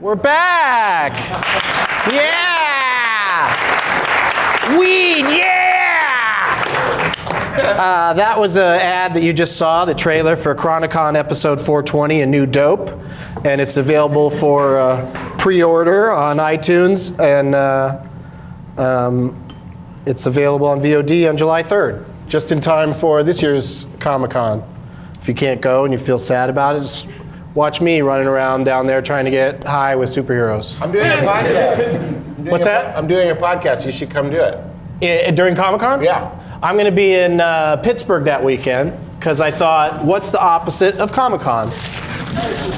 S1: We're back. Yeah. Weed. Yeah. Uh, that was an ad that you just saw, the trailer for Chronicon episode 420, A New Dope. And it's available for uh, pre order on iTunes. And uh, um, it's available on VOD on July 3rd, just in time for this year's Comic Con. If you can't go and you feel sad about it, just watch me running around down there trying to get high with superheroes.
S2: I'm doing a podcast. I'm doing
S1: What's
S2: a-
S1: that?
S2: I'm doing a podcast. You should come do it.
S1: I- during Comic Con?
S2: Yeah.
S1: I'm going to be in uh, Pittsburgh that weekend because I thought, what's the opposite of Comic Con?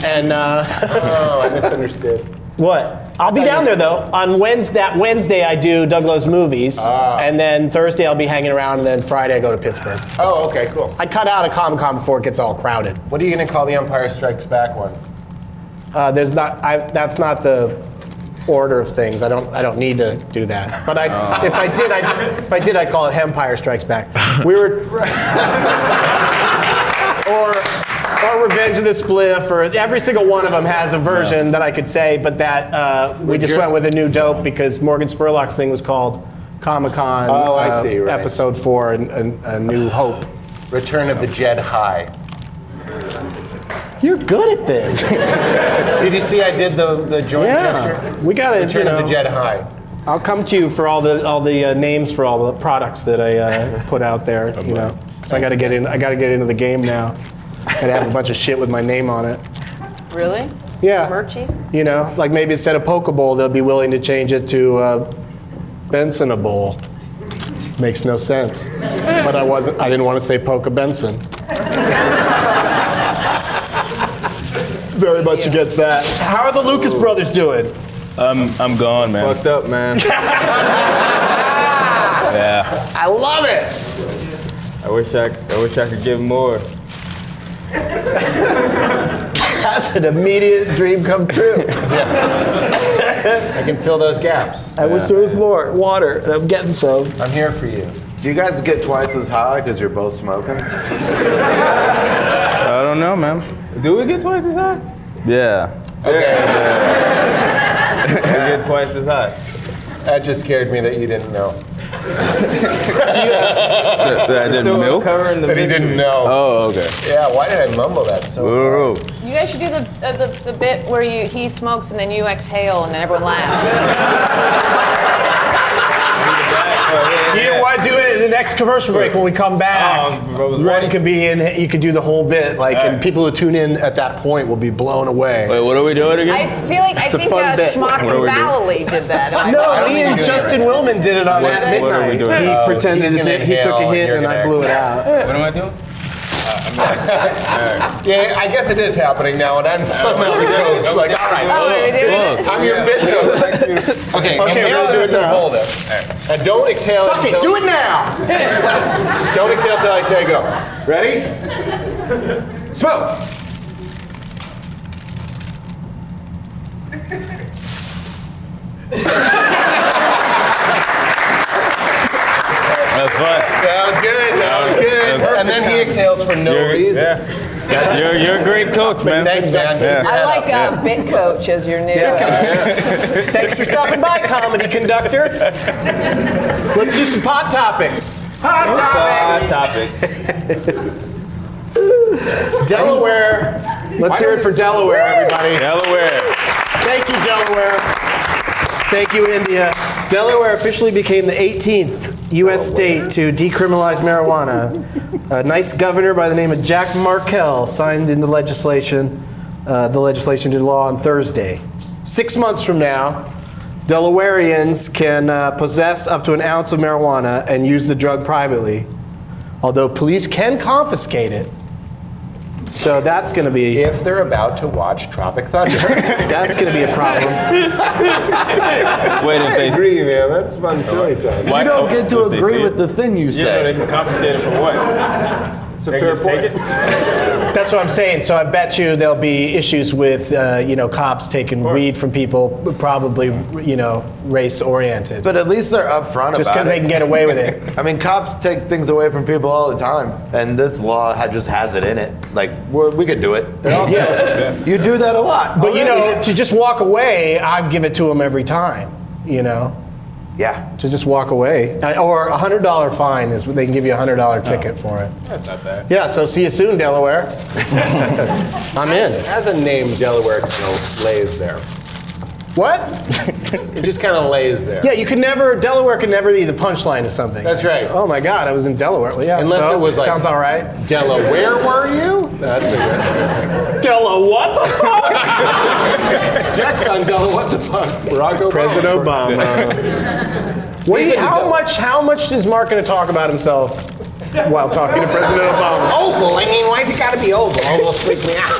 S1: And uh,
S2: Oh, I misunderstood.
S1: what? I'll be down there though. On Wednesday, that Wednesday I do Douglas movies,
S2: Ah.
S1: and then Thursday I'll be hanging around, and then Friday I go to Pittsburgh.
S2: Oh, okay, cool.
S1: I cut out a Comic Con before it gets all crowded.
S2: What are you gonna call the Empire Strikes Back one?
S1: Uh, there's not. I, that's not the order of things. I don't. I don't need to do that. But I, if I did, I, if I did, I'd call it Empire Strikes Back. We were, or, or Revenge of the Spliff, or every single one of them has a version that I could say. But that uh, we just went with a new dope because Morgan Spurlock's thing was called Comic Con.
S2: Oh, I see, right.
S1: Episode four, and, and a new hope.
S2: Return of the Jed High.
S1: You're good at this.
S2: Did you see I did the, the joint
S1: yeah,
S2: gesture?
S1: we got to
S2: Return of the Jed High.
S1: I'll come to you for all the all the uh, names for all the products that I uh, put out there. You know, because I got to get in. I got to get into the game now. Got to have a bunch of shit with my name on it.
S4: Really?
S1: Yeah.
S4: Merchy?
S1: You know, like maybe instead of Pokeball, they'll be willing to change it to uh, Benson a bowl. Makes no sense. But I wasn't. I didn't want to say Poke Benson. Very much against that. How are the Lucas brothers doing?
S13: I'm I'm gone, man.
S2: Fucked up, man.
S13: Yeah.
S1: I love it.
S2: I wish I, I wish I could give more.
S1: That's an immediate dream come true.
S2: I can fill those gaps.
S1: I wish there was more water, and I'm getting some.
S13: Oh,
S2: I'm here for you.
S5: Do you guys get twice as high because you're both smoking?
S13: I don't know, man.
S2: Do we get twice as high?
S13: Yeah.
S2: We get twice as high. That just scared me that you didn't know.
S13: That, that I did
S2: Still
S13: milk.
S2: uncovering the That he didn't mystery. know.
S13: Oh, okay.
S2: Yeah, why did I mumble that so
S13: Ooh.
S4: You guys should do the, uh, the the bit where you he smokes and then you exhale and then everyone laughs.
S1: You know what? Do it in the next commercial break when we come back.
S13: Oh, I was
S1: One
S13: ready.
S1: could be in. You could do the whole bit, like, and people who tune in at that point will be blown away.
S13: Wait, what are we doing
S4: I
S13: again?
S4: feel like I
S1: That's a
S4: think
S1: fun
S4: uh,
S1: bit.
S4: Schmock
S13: What do
S4: and
S13: we do?
S4: Valley did that. I-
S1: no,
S4: I
S1: me and Justin Wilman did it on
S13: What-
S1: that
S13: what are we
S1: midnight.
S13: doing?
S1: He
S13: Oh,
S1: pretended to
S2: he's gonna
S1: take, he took a
S2: inhale and
S1: hit
S2: you're
S1: and I
S2: gonna
S1: blew it out.
S13: What am I doing?
S2: Yeah, I guess it is happening now, and I'm somehow the coach. Like, all right,
S4: Oh, are we doing it?
S2: I'm your bit coach. okay, okay,
S1: we'll do it
S2: this in a
S1: now.
S2: bowl, though. And don't exhale.
S1: Fuck it,
S2: until-
S1: do it now.
S2: Don't exhale till I say go. Ready? Smoke.
S13: That's fun.
S2: That was good. That was good.
S13: Perfect
S2: And then he exhales for no
S13: You're,
S2: reason.
S13: yeah. you're, you're a great coach, man.
S2: Thanks, man.
S13: Yeah.
S4: I like uh, Bit Coach as your new. Uh,
S1: Thanks for stopping by, comedy conductor. Let's do some pot topics.
S2: Hot
S13: Five topics.
S1: Delaware. Let's hear it for Delaware, everybody.
S13: Delaware.
S1: Thank you, Delaware. Thank you, India. Delaware officially became the 18th U.S. state to decriminalize marijuana. A nice governor by the name of Jack Markell signed into legislation, uh, the legislation into law on Thursday. Six months from now, Delawareans can uh, possess up to an ounce of marijuana and use the drug privately, although police can confiscate it. So that's going to be
S5: If they're about to watch Tropic Thunder.
S1: that's going to be a problem.
S13: Wait, if
S5: I
S13: they.
S5: agree, man. That's fun, silly time.
S13: Why- oh,
S14: You don't get to
S13: if they
S14: agree
S13: see
S14: with
S13: it.
S14: the thing
S13: Yeah,
S14: you
S13: no,
S14: say.
S13: they can compensate it for what? It's a fair point.
S1: That's what I'm saying. So I bet you there'll be issues with uh, you know cops taking weed from people, probably you know race oriented,
S5: But at least they're upfront
S1: just
S5: about
S1: because they
S5: it.
S1: can get away with it.
S5: I mean, cops take things away from people all the time, and this law ha- just has it in it. Like, we're, we could do it. They're also- You do that a lot.
S1: But you
S5: already.
S1: know, to just walk away, I give it to them every time. You know,
S5: yeah.
S1: to just walk away, Uh, or a hundred dollar fine is they can give you a hundred dollar ticket for it.
S2: That's not bad.
S1: Yeah. So see you soon, Delaware. I'm in.
S3: As a name, Delaware kind of lays there.
S1: What?
S3: It just kind of lays there.
S1: Yeah, you could never. Delaware could never be the punchline to something.
S3: That's right.
S1: Oh my God, I was in Delaware. Well, yeah.
S3: Unless
S1: so,
S3: it was like-
S1: sounds all right.
S3: Delaware, were you? That's the
S1: Delaware. What the fuck?
S3: Jack Condella, what the fuck? Barack Obama.
S1: President Obama. Wait, how much? How much is Mark going to talk about himself while talking to President Obama?
S3: Oval. I mean, why's it got to be oval? Oval freaked me out.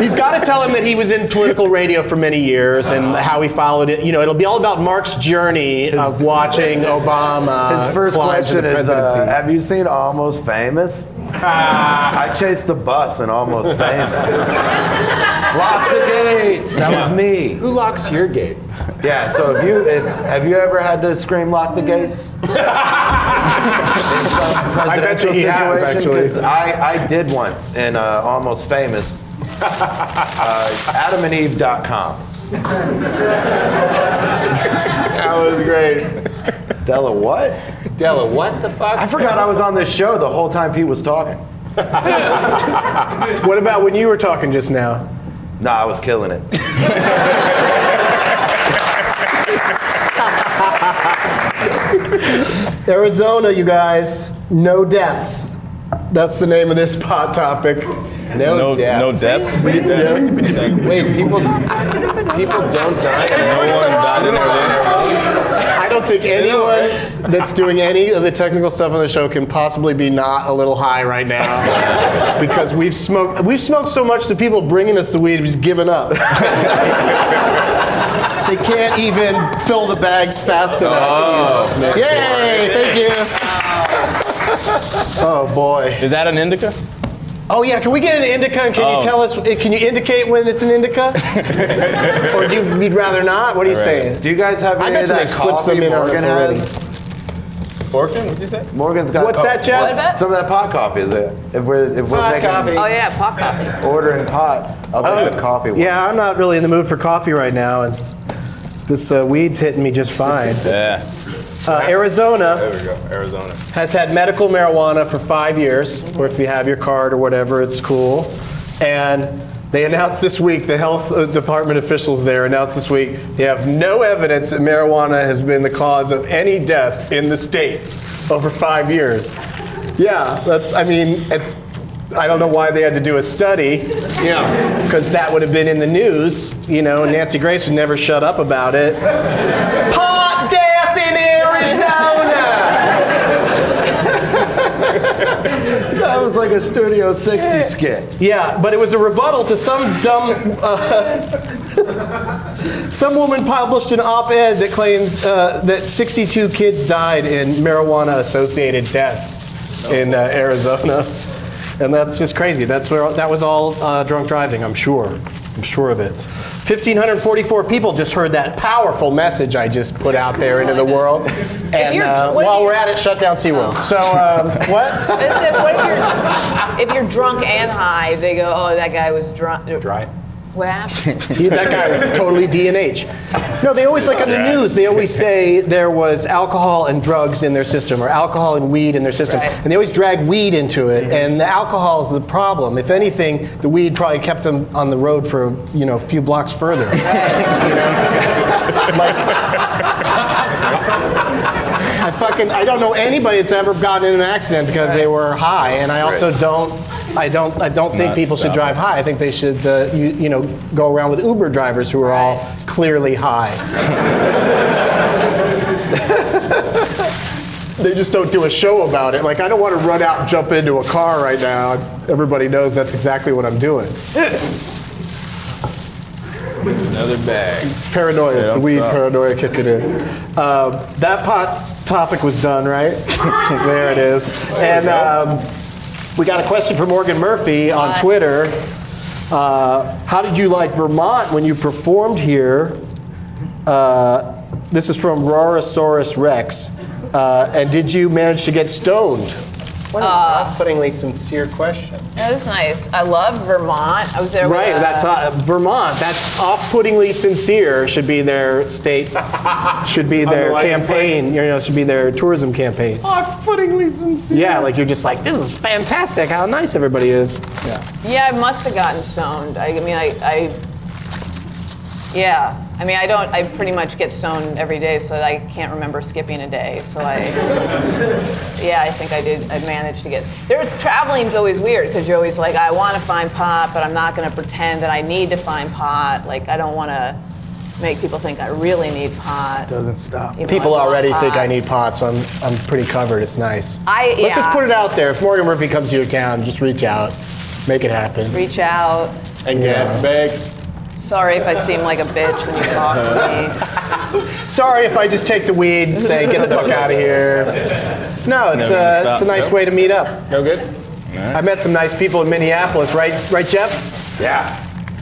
S1: He's got to tell him that he was in political radio for many years and how he followed it. You know, it'll be all about Mark's journey of watching Obama.
S5: His first
S1: climb Uh, to
S5: question
S1: the
S5: is, uh,
S1: presidency.
S5: have you seen Almost Famous?
S1: Ah.
S5: I chased the bus in Almost Famous. Lock the gate. That was me.
S3: Who locks your gate?
S5: Yeah. So if you if, have you ever had to scream lock the gates? I
S1: bet you he has, actually.
S5: I, I did once in uh, Almost Famous. Uh, AdamandEve.com. that was great. Della what?
S3: Della, what the fuck?
S5: I forgot I was on this show the whole time Pete was talking.
S1: what about when you were talking just now?
S5: Nah, I was killing it.
S1: Arizona, you guys, no deaths. That's the name of this pot topic.
S13: No,
S3: No, death.
S13: no depth. No
S3: Wait, people, people don't die.
S13: one died in Arizona.
S1: I don't think anyone that's doing any of the technical stuff on the show can possibly be not a little high right now because we've smoked we've smoked so much that people bringing us the weed have just given up. they can't even fill the bags
S13: Oh,
S1: fast enough. Yay! Thank you. Oh boy.
S13: Is that an indica?
S1: Oh yeah, can we get an indica? And can
S13: Oh.
S1: you tell us? eh, Can you indicate when it's an indica? or do you, you'd rather not? What are you
S13: All right.
S1: saying?
S5: Do you guys have
S1: I
S5: any
S1: bet
S5: of
S1: you
S5: that
S1: they've slipped
S5: coffee
S1: some in on us
S5: Morgan
S1: already.
S5: has?
S13: Fortune? What'd you say?
S5: Morgan's got.
S1: What's that, Jeff? What
S4: about-
S5: Some of that pot coffee is it? If we're if we're
S3: Pot
S5: making
S3: coffee.
S4: Oh yeah, pop coffee.
S5: ordering pot, I'll take the coffee one.
S1: Yeah, I'm not really in the mood for coffee right now, and this uh, weed's hitting me just fine.
S13: Yeah.
S1: Uh, Arizona
S2: There we go, Arizona.
S1: has had medical marijuana for five years, or if you have your card or whatever, it's cool. And they announced this week, the health uh, department officials there announced this week, they have no evidence that marijuana has been the cause of any death in the state over five years. Yeah, that's, I mean, it's, I don't know why they had to do a study.
S3: Yeah.
S1: because that would have been in the news. You know, Nancy Grace would never shut up about it. Pot death in Arizona.
S5: That was like a Studio 60 skit.
S1: yeah, but it was a rebuttal to some dumb. Uh, some woman published an op-ed that claims uh, that 62 kids died in marijuana-associated deaths in uh, Arizona, and that's just crazy. That's where that was all uh, drunk driving. I'm sure. I'm sure of it. 1,544 people just heard that powerful message I just put out there into the world. And
S4: you're-
S1: uh,
S4: what
S1: while
S4: if-
S1: we're at it, shut down SeaWorld. So, um, what?
S4: But if- what if, you're, if you're drunk and high, they go, oh, that guy was drunk.
S3: Dry.
S4: What happened?
S1: He- that guy was totally DNH. No, they always like on the news. They always say there was alcohol and drugs in their system, or alcohol and weed in their system,
S4: Right.
S1: and they always drag weed into it. And the alcohol is the problem. If anything, the weed probably kept them on the road for you know a few blocks further. You know? like, I fucking I don't know anybody that's ever gotten in an accident because they were high, and I also don't. I don't. I don't think
S7: Not
S1: people should
S7: valid.
S1: drive high. I think they should, uh, you, you know, go around with Uber drivers who are all clearly high. they just don't do a show about it. Like I don't want to run out and jump into a car right now. Everybody knows that's exactly what I'm doing.
S2: Another bag.
S1: Paranoia.
S2: Yeah,
S1: it's the weed
S2: uh,
S1: paranoia kicking in. Um, that pot topic was done, right? there it is. And um, we got a question from Morgan Murphy on Twitter. Uh, how did you like Vermont when you performed here? Uh, this is from Rorosaurus Rex. Uh, and did you manage to get stoned?
S7: What an off-puttingly sincere question.
S4: That was nice. I love Vermont. I was there.
S1: Right,
S4: With, uh,
S1: that's uh, Vermont. That's off-puttingly sincere. Should be their state. should be their
S7: Underlying
S1: campaign. You know, should be their tourism campaign.
S7: Off-puttingly sincere.
S1: Yeah, like you're just like, this is fantastic. How nice everybody is. Yeah.
S4: Yeah, I must have gotten stoned. I, I mean, I, I. Yeah, I mean, I don't. I pretty much get stoned every day, so I can't remember skipping a day. So I. yeah, I think I did. I managed to get. There's traveling's always weird because you're always like, I want to find pot, but I'm not going to pretend that I need to find pot. Like, I don't want to make people think I really need pot.
S1: Doesn't stop.
S4: Even
S1: People
S4: like a
S1: already think I
S4: pot.
S1: need pot, so I'm I'm pretty covered. It's nice.
S4: Uh, I-
S1: Let's just
S4: yeah.
S1: put it out there. If Morgan Murphy comes to your town, just reach out, make it happen.
S4: Reach out.
S1: and
S2: gas bag.
S4: Sorry if I seem like a bitch when you talk to me.
S1: Sorry if I just take the weed and say, get the fuck out of here. No, it's,
S2: Never gonna
S1: uh, it's a
S2: stop.
S1: nice
S2: Nope.
S1: way to meet up.
S2: No good?
S1: I met some nice people in Minneapolis, right, right, Jeff?
S2: Yeah.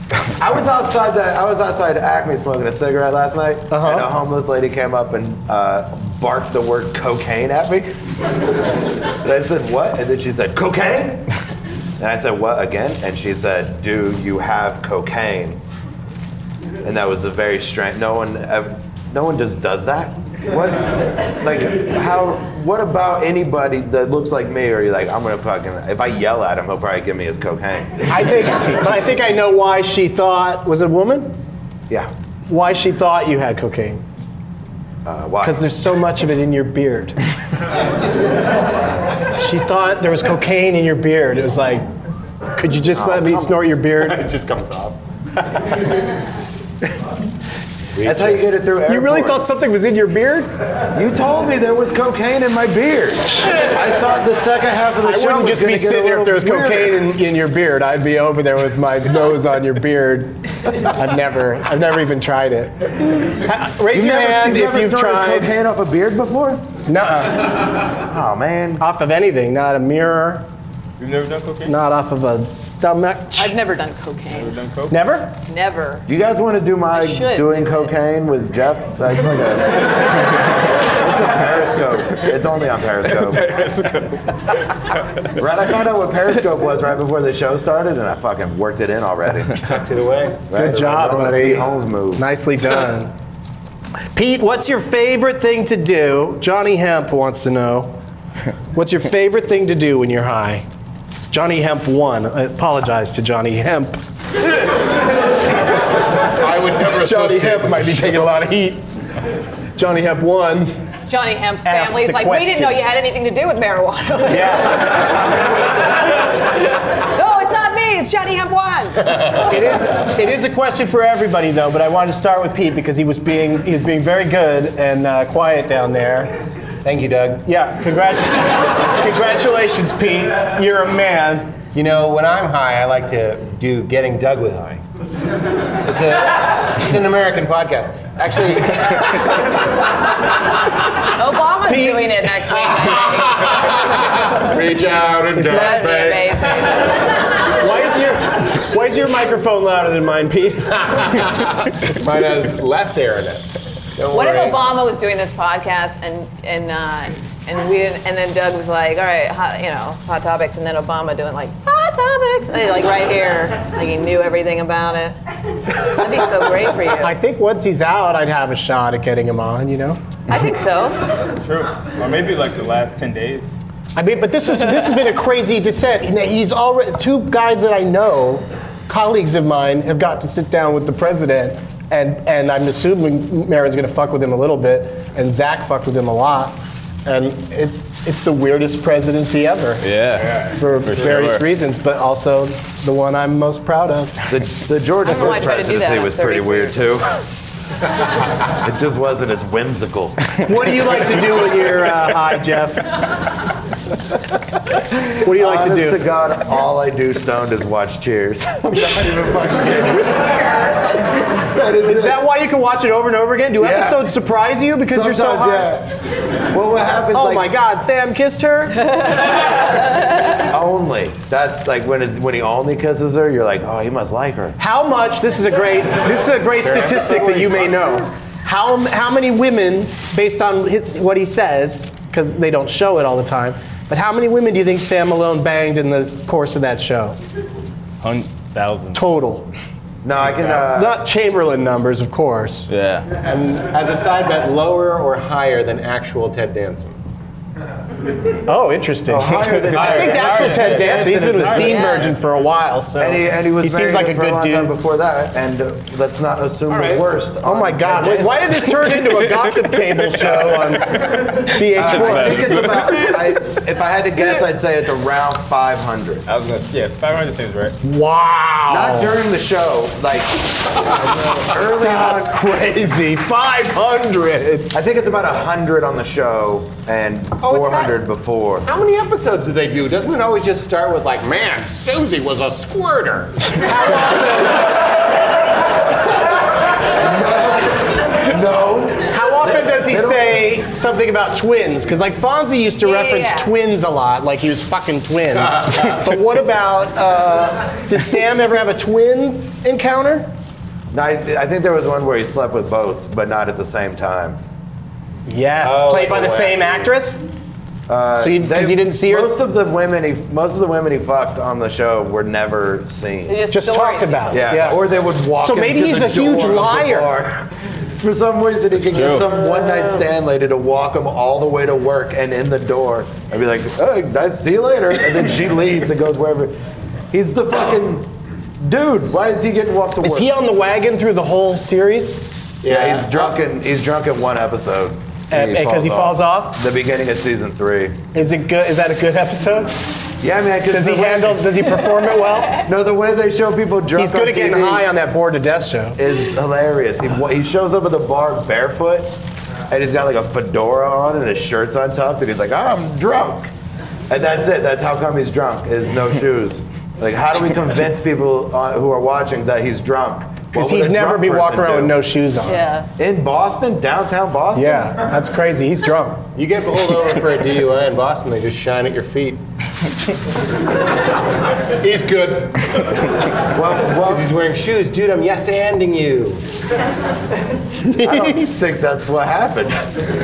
S5: I was outside that I was outside Acme smoking a cigarette last night, and a homeless lady came up and uh, barked the word cocaine at me. and I said, "What?" And then she said, "Cocaine." And I said, "What again?" And she said, "Do you have cocaine?" And that was a very strange. No one, ever, no one just does that. What, like, how? What about anybody that looks like me? Or you like, I'm gonna fucking. If I yell at him, he'll probably give me his cocaine.
S1: I think, but I think I know why she thought, was it a woman?
S5: Yeah.
S1: Why she thought you had cocaine.
S5: Uh, why?
S1: Because there's so much of it in your beard. she thought there was cocaine in your beard. It was like, could you just let me snort your beard?
S2: It just comes off.
S5: That's how you get it through airport.
S1: You really thought something was in your beard?
S5: You told me there was cocaine in my beard. I thought the second half of the
S1: I
S5: show
S1: wouldn't
S5: was
S1: just be
S5: gonna get a
S1: sitting there if there was
S5: little
S1: cocaine
S5: weirder.
S1: in, in your beard. I'd be over there with my nose on your beard. I've never, I've never even tried it. Ha- Raise
S5: You've
S1: your
S5: never,
S1: hand
S5: you've
S1: if
S5: never
S1: you've
S5: snorted
S1: tried.
S5: cocaine off a beard before?
S1: nuh
S5: Oh man.
S1: off of anything, not a mirror,
S2: You've never done cocaine?
S1: not off of a stomach.
S4: I've never done cocaine.
S2: Never done coke?
S1: Never.
S4: Never.
S5: Do you guys want to do my
S4: I should
S5: doing
S4: do it.
S5: cocaine with Jeff? That's like a. it's a Periscope. It's only on Periscope. right, I found out what Periscope was right before the show started, and I fucking worked it in already.
S2: Tucked it away.
S5: Right?
S1: job,
S5: That's
S1: buddy.
S5: the Holmes move.
S1: Nicely done. Pete, what's your favorite thing to do? Johnny Hemp wants to know. What's your favorite thing to do when you're high? Johnny Hemp won. I apologize to Johnny Hemp.
S2: I would never
S1: Johnny
S2: associate
S1: Hemp might be taking a lot of heat. Johnny Hemp won.
S4: Johnny Hemp's
S1: Ask
S4: family's
S1: the
S4: like, we didn't know you had anything to do with marijuana.
S1: Yeah.
S4: no, it's not me. It's Johnny Hemp one.
S1: It is. It is a question for everybody though, but I wanted to start with Pete because he was being he was being very good and uh, quiet down there.
S7: Thank you, Doug.
S1: Yeah. Congrats. congratulations, Pete. You're a man.
S7: You know, when I'm high, I like to do getting Doug with high. It's, a, it's an American podcast. Actually,
S4: Obama's
S1: Pete.
S4: doing it next week. I
S2: Reach out and
S4: think. That'd be amazing.
S1: Why is your Why is your microphone louder than mine, Pete?
S2: Mine has less air in it. Don't
S4: What if
S2: worry.
S4: Obama was doing this podcast and and uh, and we didn't, and then Doug was like, all right, hot, you know, hot topics, and then Obama doing like hot topics, and, like right here, like he knew everything about it. That'd be so great for
S1: I
S4: you.
S1: think once he's out, I'd have a shot at getting him on. You know.
S4: I think so.
S13: True. Or maybe like the last 10 days.
S1: I mean, but this is this has been a crazy descent. You know, He's already two guys that I know, colleagues of mine, have got to sit down with the president, and and I'm assuming Marin's going to fuck with him a little bit, and Zach fucked with him a lot, and it's it's the weirdest presidency ever.
S2: Yeah. Yeah,
S1: For,
S2: for
S1: various
S2: sure.
S1: reasons, but also the one I'm most proud of.
S5: The, the George
S4: I don't know why I
S5: Bush
S4: tried to do that.
S5: presidency
S4: I'm
S5: was pretty
S4: 33.
S5: weird too. it just wasn't as whimsical.
S1: What do you like to do when you're uh, high, Jeff? What do you like to
S5: Honest
S1: do?
S5: to God, all I do stoned is watch Cheers. I'm not even fucking kidding. that
S1: Is that why you can watch it over and over again? Do
S5: Yeah.
S1: episodes surprise you because you're so high?
S5: yeah. Well, what happens?
S1: Oh
S5: like,
S1: my God, Sam kissed her.
S5: Only. That's like when it's, when he only kisses her, you're like, oh, he must like her.
S1: How much? This is a great. This is a great statistic that you may know. How how many women, based on his, what he says, because they don't show it all the time, but how many women do you think Sam Malone banged in the course of that show?
S13: Hundred thousand.
S1: Total.
S5: No, I can. Uh,
S1: Not Chamberlain numbers, of course.
S2: Yeah.
S7: And as a side bet, lower or higher than actual Ted Danson?
S1: Oh, interesting.
S5: higher than
S1: I think
S5: Ted.
S1: that's what Ted
S13: Higher than
S1: Danson. He's been with Steenburgen for a while, so
S5: And he, and he was
S1: seems
S5: married
S1: like a
S5: for
S1: good
S5: long
S1: dude.
S5: time before that, and uh, let's not assume
S1: All right.
S5: the worst.
S1: Oh my God! Wait, why did this turn into a gossip table show on
S5: Well, I think
S1: VH1?
S5: it's about, I, if I had to guess, I'd say it's around 500.
S13: I was gonna, yeah, 500 seems right.
S1: Wow!
S5: Not during the show, like early
S1: That's
S5: on.
S1: crazy. 500.
S5: I think it's about 100 on the show and
S3: Oh, it's
S5: 400
S3: not-
S5: before.
S3: How many episodes do they do? Doesn't it always just start with like, man, Susie was a squirter?
S5: No.
S1: How often does he say something about twins? Because like Fonzie used to
S4: Yeah,
S1: reference
S4: yeah, yeah.
S1: twins a lot, like he was fucking twins. but what about? Uh, did Sam ever have a twin encounter?
S5: No, I, I think there was one where he slept with both, but not at the same time.
S1: Yes,
S5: Oh,
S1: played by the
S5: boy.
S1: same actress. so you, because
S5: Uh, They-
S1: you didn't see her,
S5: Most of the women he most of the women he fucked on the show were never seen.
S4: They
S1: just talked
S4: stories.
S1: about. it.
S5: Yeah. Or they would walk.
S1: So maybe
S5: into
S1: he's
S5: the
S1: a huge
S5: door of the
S1: liar.
S5: bar. For some reason, he can get some one night stand lady to walk him all the way to work and in the door and be like, "Hey, nice, see you later," and then she leaves and goes wherever. He's the fucking dude. Why is he getting walked to work?
S1: Is he on the wagon through the whole series?
S5: yeah, he's drunk in he's drunk in one episode.
S1: And- and Eh, 'cause he falls off?
S5: The beginning of season three.
S1: Is it good? Is that a good episode?
S5: Yeah, man. 'cause
S1: Does he
S5: the way-
S1: handle? Does he perform it well?
S5: No, the way they show people drunk.
S1: He's good
S5: on
S1: at getting
S5: TV
S1: high on that board to death show.
S5: is hilarious. He, he shows up at the bar barefoot, and he's got like a fedora on and his shirt's untucked, and he's like, "I'm drunk," and that's it. That's how come he's drunk. Is no shoes. Like, how do we convince people uh, who are watching that he's drunk?
S1: Because
S5: What would
S1: he'd
S5: a
S1: never
S5: drunk
S1: be
S5: person
S1: walking around
S5: do?
S1: with no shoes on.
S4: Yeah.
S5: In Boston, downtown Boston.
S1: Yeah, that's crazy. He's drunk.
S3: You get pulled over for a DUI in Boston, they just shine at your feet. He's good.
S5: Well, well,
S3: He's wearing shoes. Dude, I'm yes anding you.
S5: I don't think that's what happened.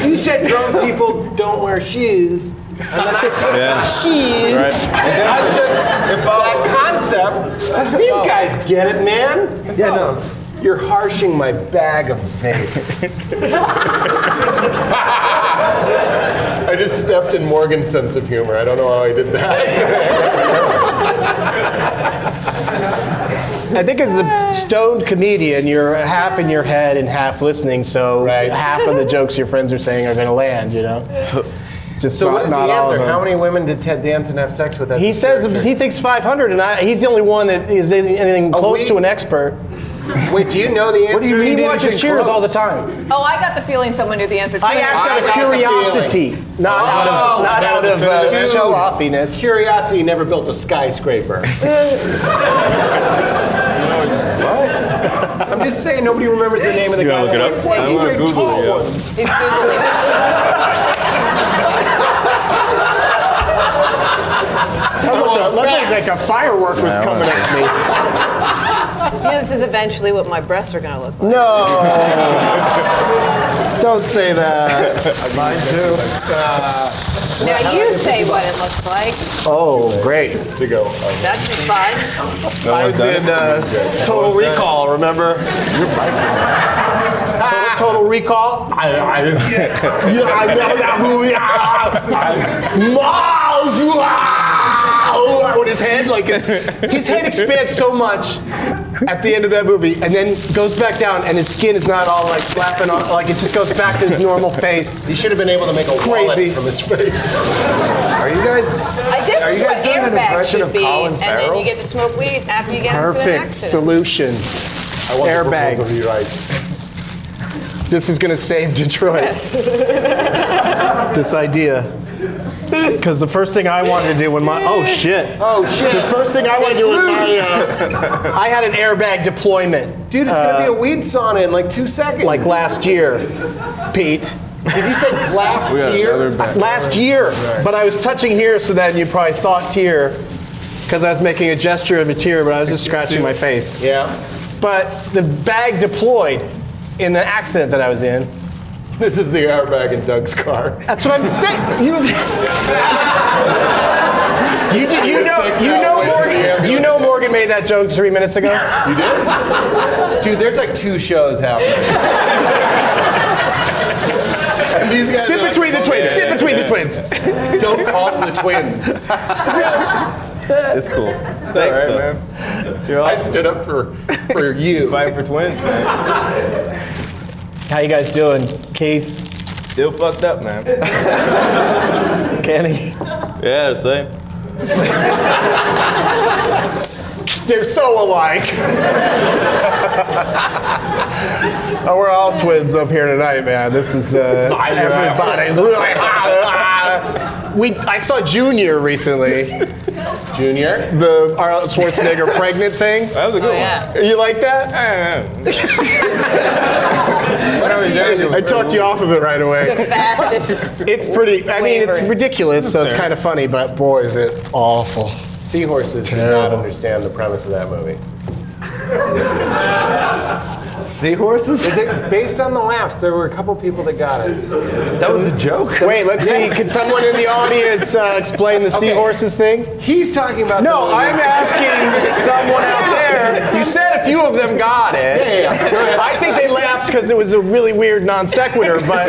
S3: You said drunk people don't wear shoes. And then I took
S13: Yeah.
S3: shoes. I took that concept. These guys get it, man.
S5: Yeah, no.
S3: You're harshing my bag of vape. I just stepped in Morgan's sense of humor. I don't know how I did that.
S1: I think as a stoned comedian, you're half in your head and half listening, so
S3: Right.
S1: half of the jokes your friends are saying are going to land, you know? Just
S3: So
S1: not,
S3: what is the
S1: not all of
S3: answer?
S1: them.
S3: How many women did Ted Danson have sex with? as
S1: He
S3: a
S1: says
S3: character?
S1: he thinks 500, and I, he's the only one that is any- anything close
S3: we-
S1: to an expert.
S3: Wait, do you know the answer?
S5: do you mean
S1: He
S5: anything
S1: watches Cheers
S5: close?
S1: all the time.
S4: Oh, I got the feeling someone knew the answer to
S1: I
S4: that.
S1: asked out of
S3: got the
S1: curiosity, not out of,
S3: Oh,
S1: not
S3: that
S1: out
S3: was
S1: of
S3: a
S1: uh,
S3: feeling.
S1: show offiness.
S3: Curiosity never built a skyscraper. what? I'm just saying nobody remembers the name of the
S13: You
S3: guy.
S13: gotta
S3: that
S13: look it up.
S3: went, "Wait,
S13: I'm
S3: you
S13: gonna
S3: big
S13: Google
S3: tall
S13: it, yeah.
S3: one."
S4: He's Googling.
S1: Looked like, like a firework was coming at me.
S4: You know, this is eventually what my breasts are going to look like.
S1: No. Don't say that.
S5: Mine too.
S4: Now you say what it looks like.
S1: Oh, great.
S2: To go. um,
S4: That's your spot.
S1: I was in uh, Total Recall, remember? Total, Ah. total Recall? Yeah, I remember that movie. Ah, Miles! ah, With his head, like his, his head expands so much at the end of that movie, and then goes back down, and his skin is not all like flapping on, like it just goes back to his normal face.
S7: He should have been able to make a
S1: It's crazy.
S7: wallet from his face.
S5: Are you guys?
S4: I guess
S5: are
S4: it's
S5: you
S4: what
S5: guys doing an
S4: airbag
S5: impression
S4: should
S5: of
S4: be,
S5: Colin
S4: and then
S5: Farrell?
S4: you get to smoke weed after you get into an
S1: Perfect
S4: accident.
S1: solution.
S5: I want the proposal to
S1: Airbags.
S5: be like,
S1: This is gonna save Detroit. this idea. Because the first thing I wanted to do when my oh shit.
S7: Oh shit!
S1: The first thing I want to do when my uh, I had an airbag deployment.
S7: Dude, it's gonna
S1: Uh,
S7: be a weed sauna in like two seconds.
S1: like last year, Pete.
S7: Did you say glass
S2: We got
S7: tier?
S2: another bag.
S1: Last year, but I was touching here, so then you probably thought tear, because I was making a gesture of a tear, but I was just scratching my face.
S7: Yeah.
S1: But the bag deployed in the accident that I was in.
S5: this is the airbag in Doug's car.
S1: That's what I'm saying. You, you did. You know. You know Morgan. You know Morgan made that joke three minutes ago.
S7: Dude, there's like two shows happening.
S1: Sit between the twins. Sit between the twins.
S5: Don't call them the twins.
S13: It's cool. Thanks, though. You're
S5: I
S13: awesome.
S5: stood up for for you.
S13: Fight for twins, man.
S1: How you guys doing, Keith,
S13: Still fucked up, man.
S1: Kenny?
S13: Yeah, same.
S1: They're so alike. oh, we're all twins up here tonight, man. This is uh, everybody's really. we I saw Junior recently.
S7: Junior?
S1: The Arnold Schwarzenegger pregnant thing.
S13: That was a good
S4: Oh, yeah.
S1: You like that?
S13: one. Yeah.
S1: I talked you off of it right away.
S4: The fastest.
S1: It's pretty. I mean, it's
S4: Wavering.
S1: ridiculous, so it's kind of funny. But boy, is it awful.
S7: Seahorses do not
S1: Terrible.
S7: understand the premise of that movie.
S5: Seahorses?
S7: Is it based on the laps? There were a couple people that got it.
S5: That was a joke.
S1: Wait, let's see. Could someone in the audience uh, explain the seahorses thing?
S7: He's talking about
S1: No,
S7: the
S1: I'm asking someone out there. You said a few of them got it. I think they laughed because it was a really weird non sequitur, but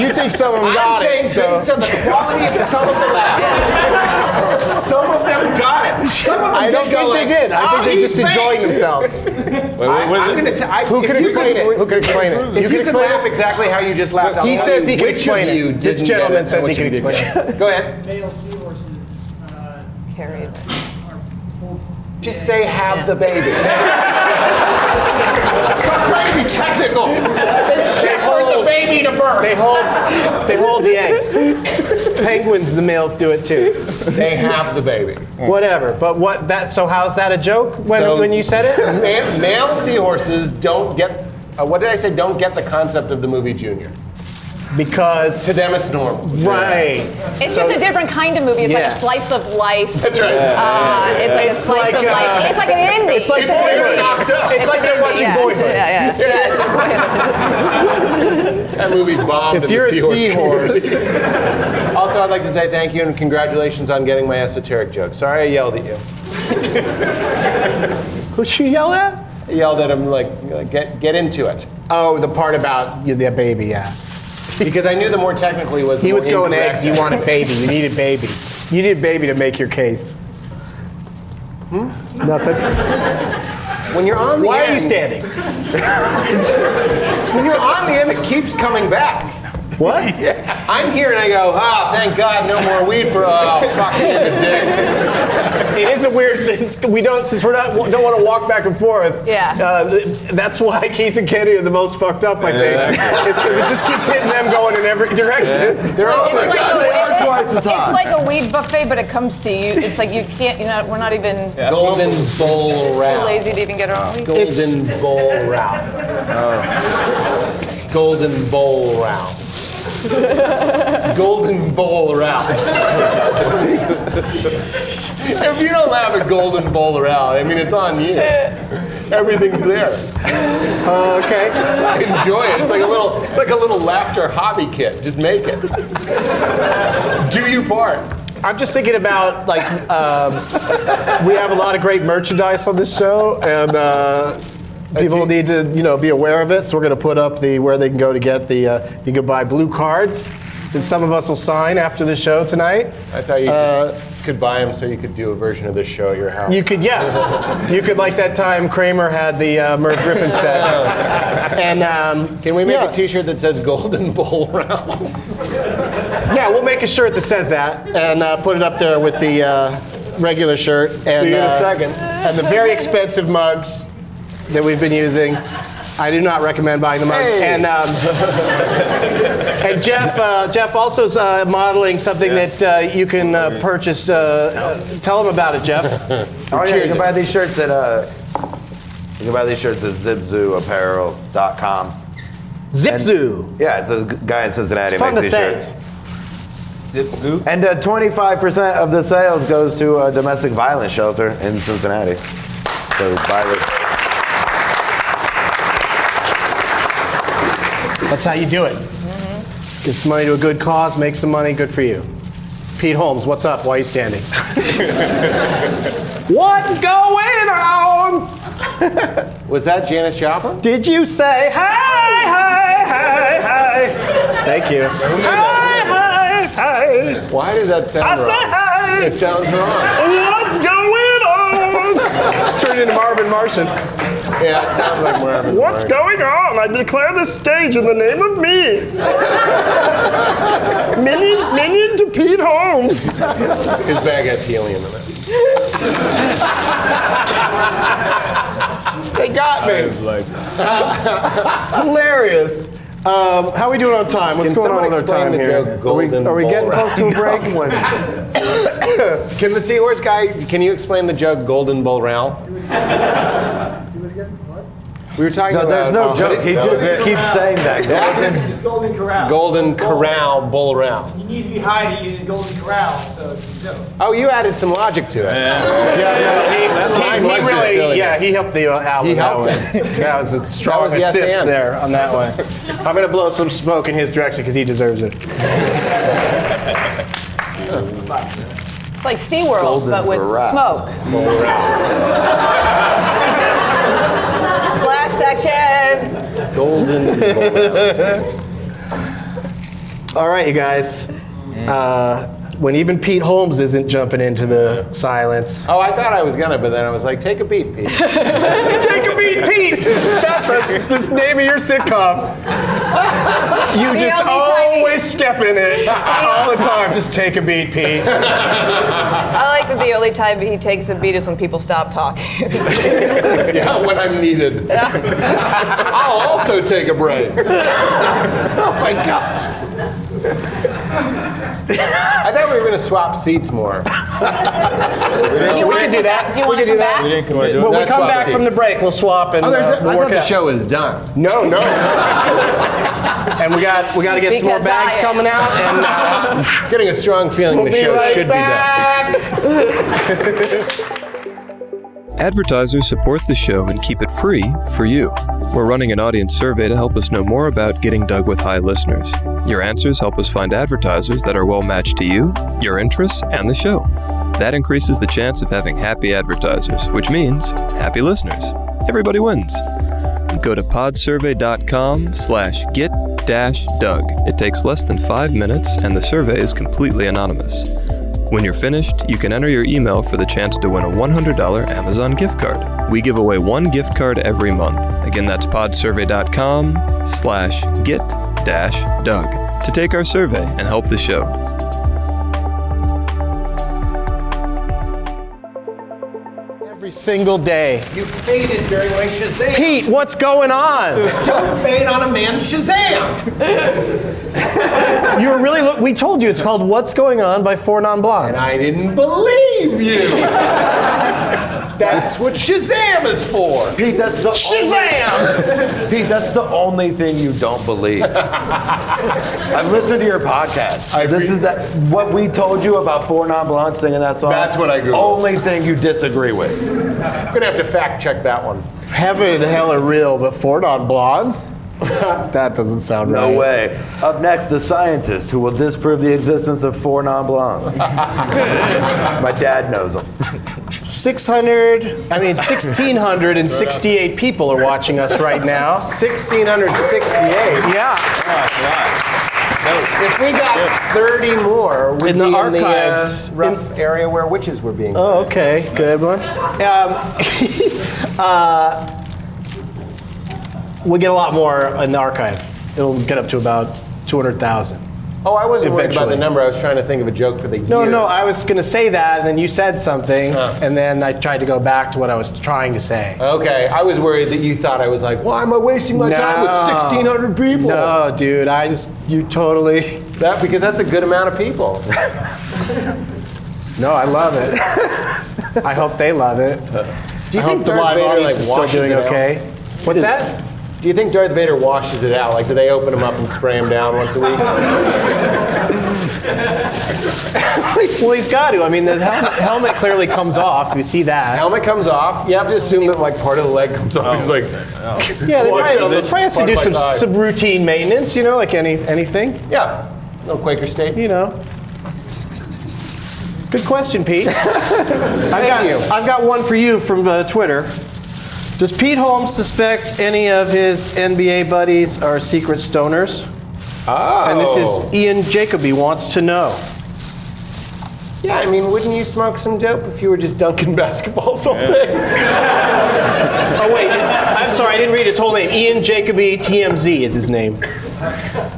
S1: you think some of them got
S7: saying
S1: it. So
S7: based on the quality of the some of the laps. some of them got it. Some of them
S1: I don't
S7: did
S1: think
S7: go
S1: they
S7: like,
S1: did. I
S7: "Oh,
S1: think they
S7: he's
S1: just enjoying
S7: baked."
S1: themselves.
S13: Wait, what, what is
S7: I'm
S13: it?
S7: gonna t- I,
S1: Who
S7: if
S1: can
S7: you
S1: explain it? Who can explain it? You
S7: If
S1: can
S7: you could
S1: explain
S7: laugh
S1: it?
S7: exactly how you just laughed.
S1: He
S7: I'll
S1: says
S7: tell
S1: he
S7: you
S1: can
S7: which
S1: explain
S7: of you
S1: it. This
S7: didn't get it
S1: gentleman
S7: and
S1: says he
S7: which
S1: can
S7: you did.
S1: explain it.
S7: Go ahead.
S11: Male seahorses uh,
S4: Carry it.
S11: are pulled.
S7: Just say have the baby. Stop trying to be technical. They hold the baby to birth.
S1: They hold, they hold the eggs. Penguins, the males do it too.
S7: They have the baby.
S1: Whatever. But what that? So how's that a joke when,
S7: So-
S1: when you said it?
S7: Ma- male seahorses don't get. Uh, what did I say? Don't get the concept of the movie Junior.
S1: Because
S7: To them, it's normal.
S1: right.
S4: It's
S1: So-
S4: just a different kind of movie. It's
S1: Yes.
S4: like a slice of life.
S7: That's right.
S4: Uh, it's like a
S1: It's
S4: slice
S1: like,
S4: of life.
S1: uh,
S4: It's like an indie.
S1: It's like
S4: an
S1: Boyhood.
S4: indie.
S7: knocked up.
S1: It's like
S4: an
S1: they're
S4: indie,
S1: watching
S4: yeah.
S1: Boyhood.
S4: Yeah, yeah, yeah. It's like Boyhood.
S7: That movie bombed.
S1: If
S7: in
S1: you're a
S7: the seahorse
S1: seahorse,
S7: Also, I'd like to say thank you and congratulations on getting my esoteric joke. Sorry I yelled at you.
S1: who'd she yell at?
S7: I yelled at him like, like, get, get into it.
S1: Oh, the part about y- the baby, yeah.
S7: Because I knew the more technically was the
S1: He was
S7: more
S1: going
S7: incorrect.
S1: eggs. You wanted baby. You needed baby. You needed baby to make your case. Hmm? Nothing.
S7: When you're on the
S1: Why
S7: end,
S1: are you standing?
S7: When you're on the end, it keeps coming back.
S1: What?
S7: I'm here and I go, ah, thank God, no more weed for oh, fucking in the dick.
S1: It is a weird thing. We don't, since we're not, don't want to walk back and forth.
S4: Yeah.
S1: Uh, th- that's why Keith and Kenny are the most fucked up, I think. It's 'cause it just keeps hitting them going in every direction.
S7: They're all
S4: It's
S7: like,
S4: like
S7: Oh "God,
S4: a-
S7: they are twice as
S4: It's
S7: hot.
S4: like a weed buffet, but it comes to you. It's like you can't. You're not. We're not even
S7: golden bowl
S4: too
S7: round.
S4: lazy to even get our own weed.
S7: Golden bowl round.
S1: Oh.
S7: Golden bowl round. golden bowl round. if you don't have a golden bowl round, I mean, it's on you. Everything's there.
S1: Uh, okay.
S7: I enjoy it. It's like a little, it's like a little laughter hobby kit. Just make it. Do you part?
S1: I'm just thinking about, like, um, we have a lot of great merchandise on this show, and uh, people need to, you know, be aware of it. So we're going to put up the where they can go to get the, uh, you can buy blue cards.
S6: that some of us will sign after the show tonight.
S7: I thought you
S6: Uh,
S7: just could buy them so you could do a version of this show at your house.
S6: You could, yeah. you could, like that time Kramer had the uh, Merv Griffin set. and um,
S7: Can we make
S6: yeah.
S7: a T-shirt that says "Golden Bowl Round"?
S6: Yeah, we'll make a shirt that says that and uh, put it up there with the uh, regular shirt. And,
S7: See you in a
S6: uh,
S7: second.
S6: And the very expensive mugs that we've been using. I do not recommend buying the mugs.
S7: Hey.
S6: And, um, and Jeff, uh, Jeff also is uh, modeling something that uh, you can uh, purchase. Uh, uh, tell him about it, Jeff.
S5: Oh yeah, you can buy these shirts at uh, you can buy these shirts at zipzooapparel.com.
S6: Zipzoo.
S5: And- yeah, it's a g- guy in Cincinnati
S6: It's fun
S5: makes
S6: to
S5: these
S6: say.
S5: shirts. And uh, 25% of the sales goes to a domestic violence shelter in Cincinnati. So buy the
S6: That's how you do it. Give some money to a good cause, make some money, good for you. Pete Holmes, what's up? Why are you standing? what's going on?
S7: Was that Janis Joplin?
S6: Did you say hi, hi, hi, hi? Thank you. Hi, hi, hi.
S7: Why does that sound
S6: I
S7: wrong?
S6: say hi.
S7: It sounds wrong.
S6: What's going on? Turned into Marvin Martian.
S7: Yeah, it sounds like we're having
S15: What's going on? I declare this stage in the name of me. minion, minion to Pete Holmes.
S7: His bag has helium in it.
S6: They got
S7: I
S6: me.
S7: was like,
S6: Hilarious. Um, how are we doing on time? What's
S7: Can
S6: going on
S7: someone
S6: with our
S7: explain
S6: time
S7: the
S6: here?
S7: joke,
S6: are we,
S7: golden
S6: are we
S7: ball
S6: getting close to a break?
S7: can the seahorse guy? Can you explain the joke, Golden Bowl Round? We were talking
S5: No,
S7: about.
S5: there's no
S7: oh,
S5: joke. He
S7: that was
S5: just
S7: it.
S5: keeps saying that. Golden-
S3: It's Golden Corral.
S7: Golden Corral Bowl Round.
S3: You need to be high to eat in Golden Corral, so it's a joke.
S7: Oh, you added some logic to it.
S6: Yeah, yeah, he, he, he really, yeah, he helped the uh, out.
S7: He
S6: with that
S7: helped
S6: one.
S7: it.
S6: That was a strong
S7: was yes
S6: assist
S7: and.
S6: there on that one. I'm gonna blow some smoke in his direction because he deserves it.
S4: It's like SeaWorld, but with
S6: Corral.
S4: smoke. Splash section.
S7: Golden Bowl Round.
S6: All right, you guys. Uh, when even Pete Holmes isn't jumping into the silence.
S7: Oh, I thought I was gonna, but then I was like, take a beat, Pete.
S6: Take a beat, E. Pete. That's a, this name of your sitcom. You
S4: The
S6: just
S4: only time-
S6: always step in it all the time. Just take a beat, Pete.
S4: I like that the only time he takes a beat is when people stop talking.
S7: yeah, when I'm needed. I'll also take a break.
S6: Oh my God.
S7: I thought we were gonna swap seats more.
S6: we could do that.
S4: Do you
S6: we
S4: want to
S6: could
S4: come
S6: do
S4: back?
S6: that. When we come back from the break, we'll swap and
S7: Oh, there's
S6: uh,
S7: a-
S6: we'll
S7: I
S6: work
S7: thought
S6: it
S7: the
S6: out.
S7: show is done.
S6: No, no. and we got we got to get some more
S4: Because
S6: bags
S4: I-
S6: coming out, and uh,
S7: Getting a strong feeling
S6: we'll
S7: the
S6: be
S7: show
S6: right
S7: should
S6: back.
S16: Advertisers support the show and keep it free for you. We're running an audience survey to help us know more about getting Doug with High listeners. Your answers help us find advertisers that are well matched to you, your interests, and the show. That increases the chance of having happy advertisers, which means happy listeners. Everybody wins. Go to podsurvey.com slash get dash Doug. It takes less than five minutes and the survey is completely anonymous. When you're finished, you can enter your email for the chance to win a $100 Amazon gift card. We give away one gift card every month. Again, that's podsurvey.com slash get dash Doug to take our survey and help the show.
S6: Every single day.
S17: You faded during like Shazam.
S6: Pete, what's going on?
S17: Don't fade on a man Shazam.
S6: You were really look. We told you it's called "What's Going On" by Four Non Blondes.
S7: I didn't believe you. That's what Shazam is for.
S5: Pete, that's the
S6: Shazam!
S5: Only, Pete, that's the only thing you don't believe. I've listened to your podcast. this is that what we told you about four non blondes singing that song.
S7: That's what I Googled.
S5: Only thing you disagree with.
S7: I'm gonna have to fact check that one.
S6: Heaven and hell are real, but Four Non Blondes? that doesn't sound
S5: No
S6: right.
S5: way. Up next, the scientist who will disprove the existence of four non blondes. My dad knows them.
S6: 600, I mean 1668 people are watching us right now.
S7: 1668.
S6: Yeah.
S7: If we got 30 more, we'd
S6: In the
S7: be
S6: archives.
S7: in the uh, rough area where witches were being.
S6: Oh, okay. Good one. Um,
S5: Um,
S6: uh, we'll get a lot more in the archive. It'll get up to about 200,000.
S7: Oh, I wasn't worried about
S6: Eventually.
S7: the number. I was trying to think of a joke for the
S6: No,
S7: year.
S6: no, I was going to say that, and then you said something, and then uh, I tried to go back to what I was trying to say.
S7: Okay, I was worried that you thought I was like, why am I wasting my time with
S6: No.
S7: 1,600 people?
S6: No, Oh, dude, I just, you totally.
S7: That because that's a good amount of people.
S6: No, I love it. I hope they love it.
S7: Do you
S6: I
S7: think
S6: hope the
S7: Darth
S6: live
S7: Vader,
S6: audience
S7: like,
S6: is still
S7: washes
S6: doing
S7: it out?
S6: okay. What's that?
S7: Do you think Darth Vader washes it out? Like, do they open him up and spray him down once a week?
S6: well, he's got to. I mean, the helmet, helmet clearly comes off. You see that.
S7: Helmet comes off. You have to assume that like part of the leg comes off. He's like,
S6: Yeah, they
S7: Watch
S6: probably,
S7: this
S6: probably has to
S7: part
S6: do
S7: by
S6: some,
S7: side.
S6: some routine maintenance, you know, like any anything.
S7: Yeah, no Quaker State.
S6: You know. Good question, Pete. I've
S7: Thank
S6: got,
S7: you.
S6: I've got one for you from uh, Twitter. Does Pete Holmes suspect any of his NBA buddies are secret stoners?
S7: Oh.
S6: And this is Ian Jacoby wants to know.
S7: Yeah, I mean, wouldn't you smoke some dope if you were just dunking basketballs all day?
S6: Oh wait, I'm sorry, I didn't read his whole name. Ian Jacoby TMZ is his name.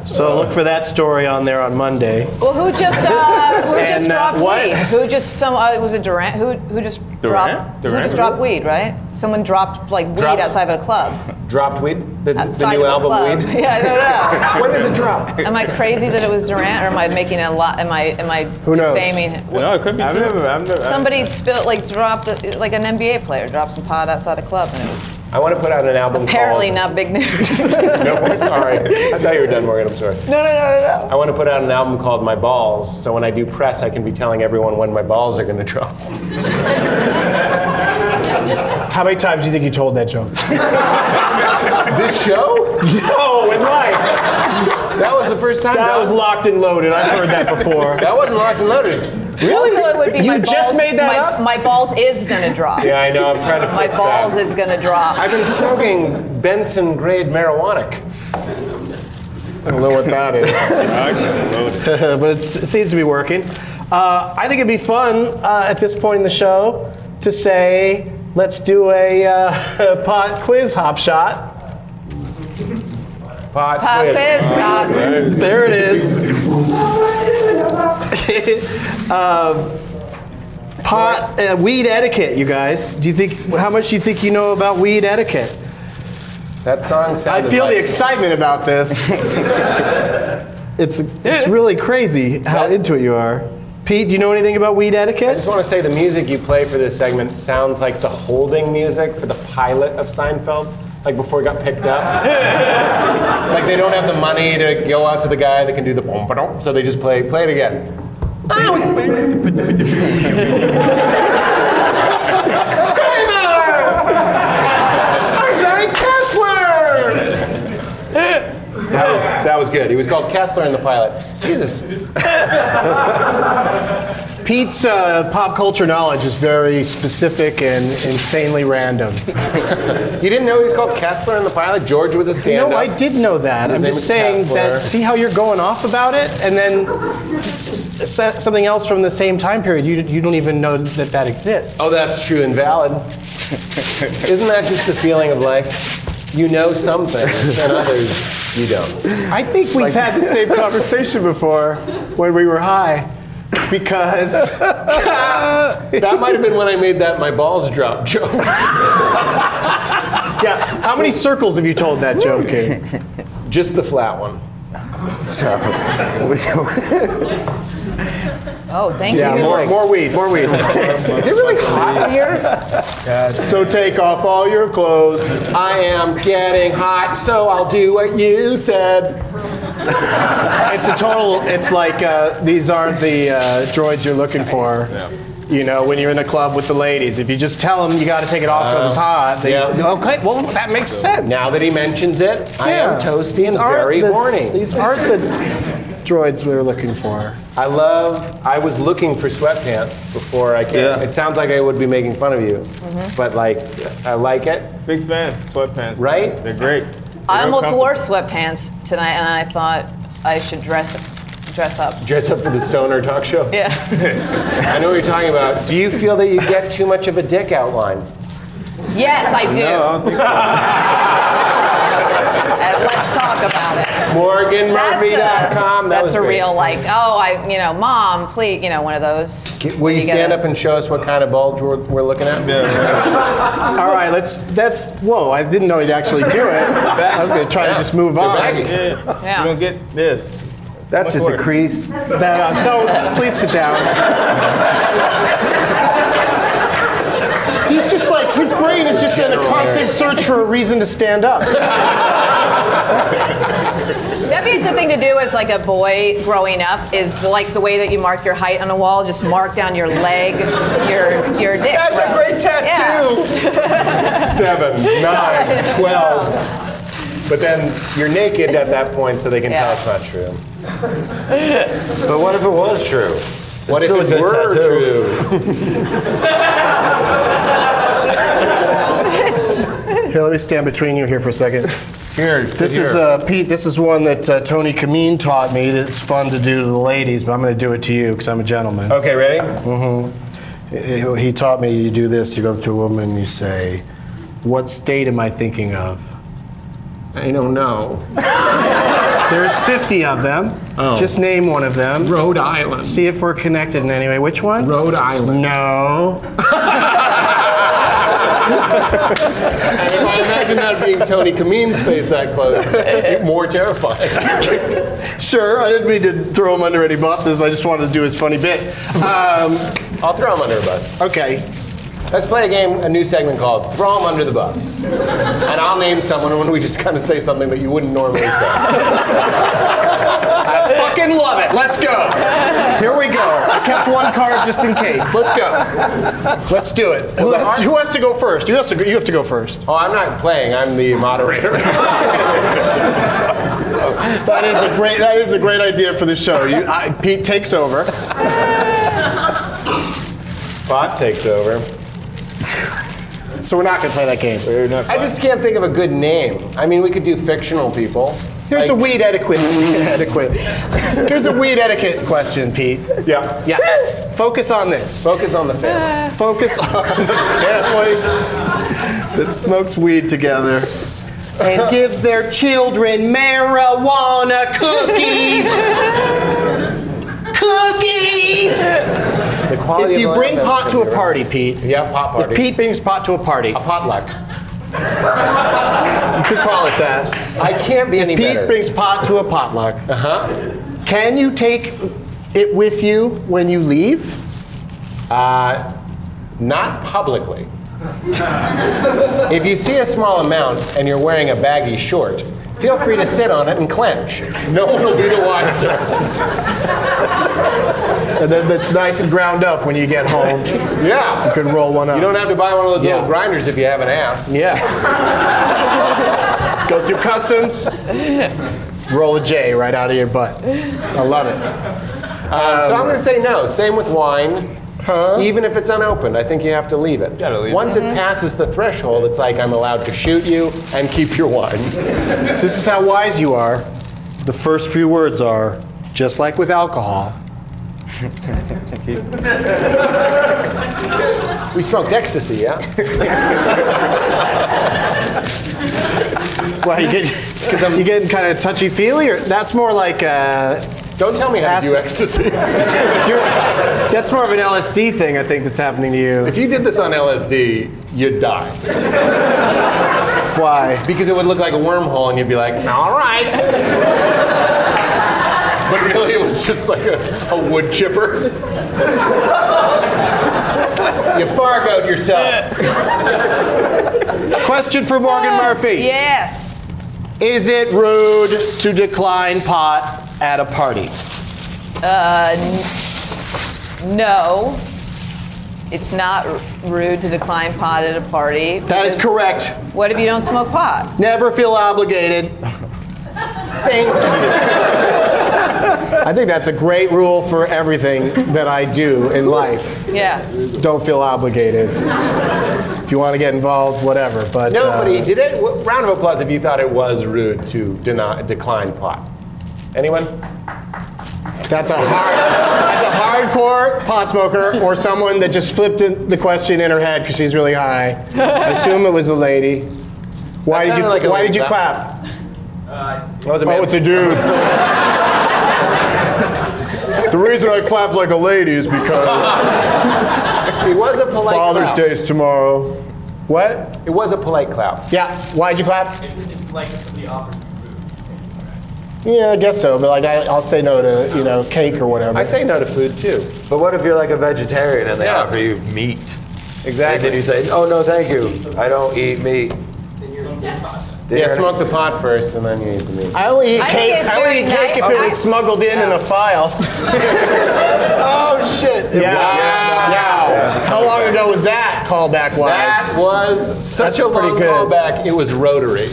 S6: So look for that story on there on Monday.
S4: Well, who just uh, who just
S6: And, uh,
S4: dropped
S6: what?
S4: weed? Who just some? Uh, was it Durant? Who who just
S6: Durant?
S4: dropped? Who
S6: Durant?
S4: just dropped weed? Right? Someone dropped like weed
S7: Dropped-
S4: outside of a club.
S7: Dropped weed. The, the
S4: Outside
S7: new
S4: of a
S7: album
S4: club.
S7: weed.
S4: Yeah, I don't know.
S7: when does it drop?
S4: Am I crazy that it was Durant, or am I making a lot? Am I am I
S7: Who knows?
S4: defaming him?
S2: No, it could be. I've never, I've never.
S4: Somebody spilled like dropped a, like an NBA player dropped some pot outside a club, and it was
S7: I want to put out an album
S4: apparently
S7: called.
S4: not big news.
S7: no, we're sorry. I thought you were done, Morgan. I'm sorry.
S4: No, no, no,
S7: I want to put out an album called My Balls, so when I do press, I can be telling everyone when my balls are going to drop.
S6: How many times do you think you told that joke?
S7: this show?
S6: No, in life.
S7: That was the first time.
S6: That was locked and loaded. I've heard that before.
S7: That wasn't locked and loaded.
S4: no. Also, it would be
S6: You
S4: my
S6: just
S4: balls-
S6: made that
S4: my,
S6: up?
S4: My balls is gonna drop.
S7: Yeah, I know. I'm trying to
S4: My
S7: fix that.
S4: balls is gonna drop.
S7: I've been smoking Benson grade marijuana. I don't know what that is.
S6: but it's, it seems to be working. Uh, I think it'd be fun uh, at this point in the show to say, let's do a uh, pot quiz hop shot.
S7: Pot,
S4: Pot quiz. quiz hop.
S6: There it is. um, pot uh, weed etiquette, you guys. Do you think how much do you think you know about weed etiquette?
S7: That song
S6: I
S7: sounded
S6: feel
S7: like-
S6: the excitement about this. it's it's really crazy how into it you are. Pete, do you know anything about weed
S7: I
S6: etiquette?
S7: just want to say the music you play for this segment sounds like the holding music for the pilot of Seinfeld, like before it got picked up. like they don't have the money to go out to the guy that can do the boom ba so they just play play it again. That was, that was good. He was called Kessler in the pilot. Jesus.
S6: Pete's uh, pop culture knowledge is very specific and insanely random.
S7: You didn't know he was called Kessler in the pilot? George was a
S6: No,
S7: stand-up.
S6: I did know that.
S7: His
S6: I'm
S7: name
S6: just
S7: is
S6: saying
S7: Kessler.
S6: that. See how you're going off about it, and then s- s- something else from the same time period. You you don't even know that that exists.
S7: Oh, that's true and valid. Isn't that just the feeling of life? You know something, and others you don't.
S6: I think we've had the same conversation before when we were high, because
S7: That might have been when I made that my balls drop joke.
S6: yeah, how many circles have you told that joke in?
S7: Just the flat one.
S18: So,
S4: Oh, thank
S6: Yeah,
S4: you.
S6: more, more weed, more weed.
S7: Is it really hot in here?
S6: So take off all your clothes.
S7: I am getting hot, so I'll do what you said.
S6: It's a total. It's like uh, these aren't the uh, droids you're looking for. You know, when you're in a club with the ladies, if you just tell them you got to take it off because it's hot, they
S7: Oh. Yeah.
S6: okay. Well, that makes sense.
S7: Now that he mentions it, I am
S6: Yeah.
S7: toasty
S6: These
S7: and
S6: aren't
S7: very
S6: the-
S7: horny.
S6: These aren't the droids we were looking for.
S7: I love. I was looking for sweatpants before I came.
S2: Yeah.
S7: It sounds like I would be making fun of you,
S4: Mm-hmm.
S7: but like I like it,
S2: Big fan. Sweatpants.
S7: right?
S2: They're great.
S4: I
S2: They're real
S4: almost
S2: comfortable.
S4: wore sweatpants tonight, and I thought I should dress dress up.
S7: Dress up for the stoner talk show.
S4: Yeah.
S7: I know what you're talking about. Do you feel that you get too much of a dick outline?
S4: Yes, I do.
S7: No, I don't think so.
S4: And let's talk about it.
S7: MorganMurphy.com.
S4: That's a real like, oh, I, you know, mom, please, you know, one of those.
S7: Will you
S4: You
S7: stand
S4: gotta-
S7: up and show us what kind of bulge we're, we're looking at?
S6: All right, let's. That's whoa! I didn't know he'd actually do it. I was gonna try to just move on.
S2: Yeah.
S4: yeah.
S2: You gonna get this?
S6: That's
S2: just a Much worse.
S6: crease. don't. Please sit down. He's just like his brain is just in a constant search for a reason to stand up.
S4: That'd be a good thing to do as like a boy growing up is like the way that you mark your height on a wall, just mark down your leg, your your dick.
S7: That's a
S4: bro.
S7: great tattoo. Seven, nine, twelve. But then you're naked at that point, so they can tell it's not true.
S5: But what if it was true?
S7: What
S5: It's still a
S7: if it
S5: good
S7: were
S5: tattoo.
S7: true?
S6: Here, let me stand between you here for a second.
S7: Here,
S6: This is uh, Pete. This is one that uh, Tony Kameen taught me. That it's fun to do to the ladies, but I'm going to do it to you because I'm a gentleman.
S7: Okay, ready?
S6: Mm-hmm. He, he taught me you do this. You go up to a woman, you say, "What state am I thinking of?"
S7: I don't know.
S6: There's 50 of them.
S7: Oh.
S6: Just name one of them.
S7: Rhode Island.
S6: See if we're connected in any way. Which one?
S7: Rhode Island.
S6: No.
S7: And if I imagine that being Tony Kameen's face that close, it'd be more terrifying.
S6: Sure, I didn't mean to throw him under any buses. I just wanted to do his funny bit. Um,
S7: I'll throw him under a bus.
S6: Okay.
S7: Let's play a game, a new segment called Throw 'em Under the Bus. And I'll name someone and we just kind of say something that you wouldn't normally say.
S6: I fucking love it. Let's go. Here we go. I kept one card just in case. Let's go. Let's do it. Who, has- who has to go first? You have to go, you have to go first.
S7: Oh, I'm not playing, I'm the moderator.
S6: That is a great that is a great idea for the show. You, I, Pete takes over.
S7: Bot takes over.
S6: So we're not gonna play that game.
S7: I just can't think of a good name. I mean, we could do fictional people.
S6: Here's a weed etiquette. etiquette. Here's a weed etiquette question, Pete.
S7: Yeah.
S6: Yeah. Focus on this.
S7: Focus on the family.
S6: Focus on the family that smokes weed together and gives their children marijuana cookies. cookies.
S7: The quality
S6: If
S7: of
S6: you
S7: life
S6: bring
S7: that's
S6: pot to
S7: gonna
S6: a
S7: be
S6: party, Pete.
S7: Yeah, pot party.
S6: If Pete brings pot to a party, a
S7: potluck.
S6: you could call it that.
S7: I can't be
S6: if
S7: any
S6: Pete
S7: better.
S6: brings pot to a potluck. Uh
S7: huh.
S6: Can you take it with you when you leave?
S7: Uh, not publicly. if you see a small amount and you're wearing a baggy short, feel free to sit on it and clench. No one will be the wiser.
S6: And then that's nice and ground up when you get home.
S7: Yeah.
S6: You can roll one up.
S7: You don't have to buy one of those
S6: Yeah.
S7: little grinders if you have an ass.
S6: Yeah. Go through customs, roll a J right out of your butt. I love it.
S7: Um, so I'm going to say no. Same with wine. Even if it's unopened, I think you have to leave it. Once it passes the threshold, it's like I'm allowed to shoot you and keep your wine.
S6: This is how wise you are. The first few words are just like with alcohol.
S7: We smoked ecstasy, yeah?
S6: Why you getting you getting kind of touchy feely, or that's more like uh,
S7: don't tell me how to do ecstasy.
S6: that's more of an LSD thing, I think, that's happening to you.
S7: If you did this on LSD, you'd die.
S6: Why?
S7: Because it would look like a wormhole, and you'd be like, all right. but really, it was just like a, a wood chipper. you fargoed yourself.
S6: Question for Morgan Murphy.
S4: Yes.
S6: Is it rude to decline pot at a party?
S4: Uh, n- no. It's not r- rude to decline pot at a party.
S6: That is
S4: because-
S6: correct.
S4: What if you don't smoke pot?
S6: Never feel obligated. I think that's a great rule for everything that I do in life.
S4: Yeah.
S6: Don't feel obligated. If you want to get involved, whatever. But uh,
S7: Nobody did it. Round of applause if you thought it was rude to deny, decline pot. Anyone?
S6: That's a hard. That's a hardcore pot smoker or someone that just flipped in the question in her head because she's really high. I assume it was a lady. Why
S5: That
S6: did
S5: sounded
S6: you?
S5: like a
S6: why
S5: lady.
S6: did
S5: That-
S6: you clap?
S5: Uh, was a
S6: oh,
S5: man.
S6: it's a dude. the reason I clap like a lady is because
S5: It was a polite
S6: Father's
S5: clap.
S6: Day's tomorrow. What?
S5: It was a polite clap.
S6: Yeah. Why'd you clap?
S19: It's like the opposite.
S6: Yeah, I guess so. But like, I, I'll say no to you know cake or whatever.
S5: I say no to food too. But what if you're like a vegetarian and they offer you meat? Exactly. And then you say, oh no, thank you. I don't eat meat. Then
S7: Yeah,
S5: you're-
S7: smoke the pot first and then you eat the meat.
S6: I only eat
S5: I think
S6: cake.
S5: it's
S6: I only
S5: very
S6: eat cake if
S5: nice.
S6: it was
S5: I-
S6: smuggled in in a file.
S5: oh shit!
S6: Yeah. yeah. How long ago was that callback wise?
S7: That was such
S6: a pretty good.
S7: callback. It was rotary.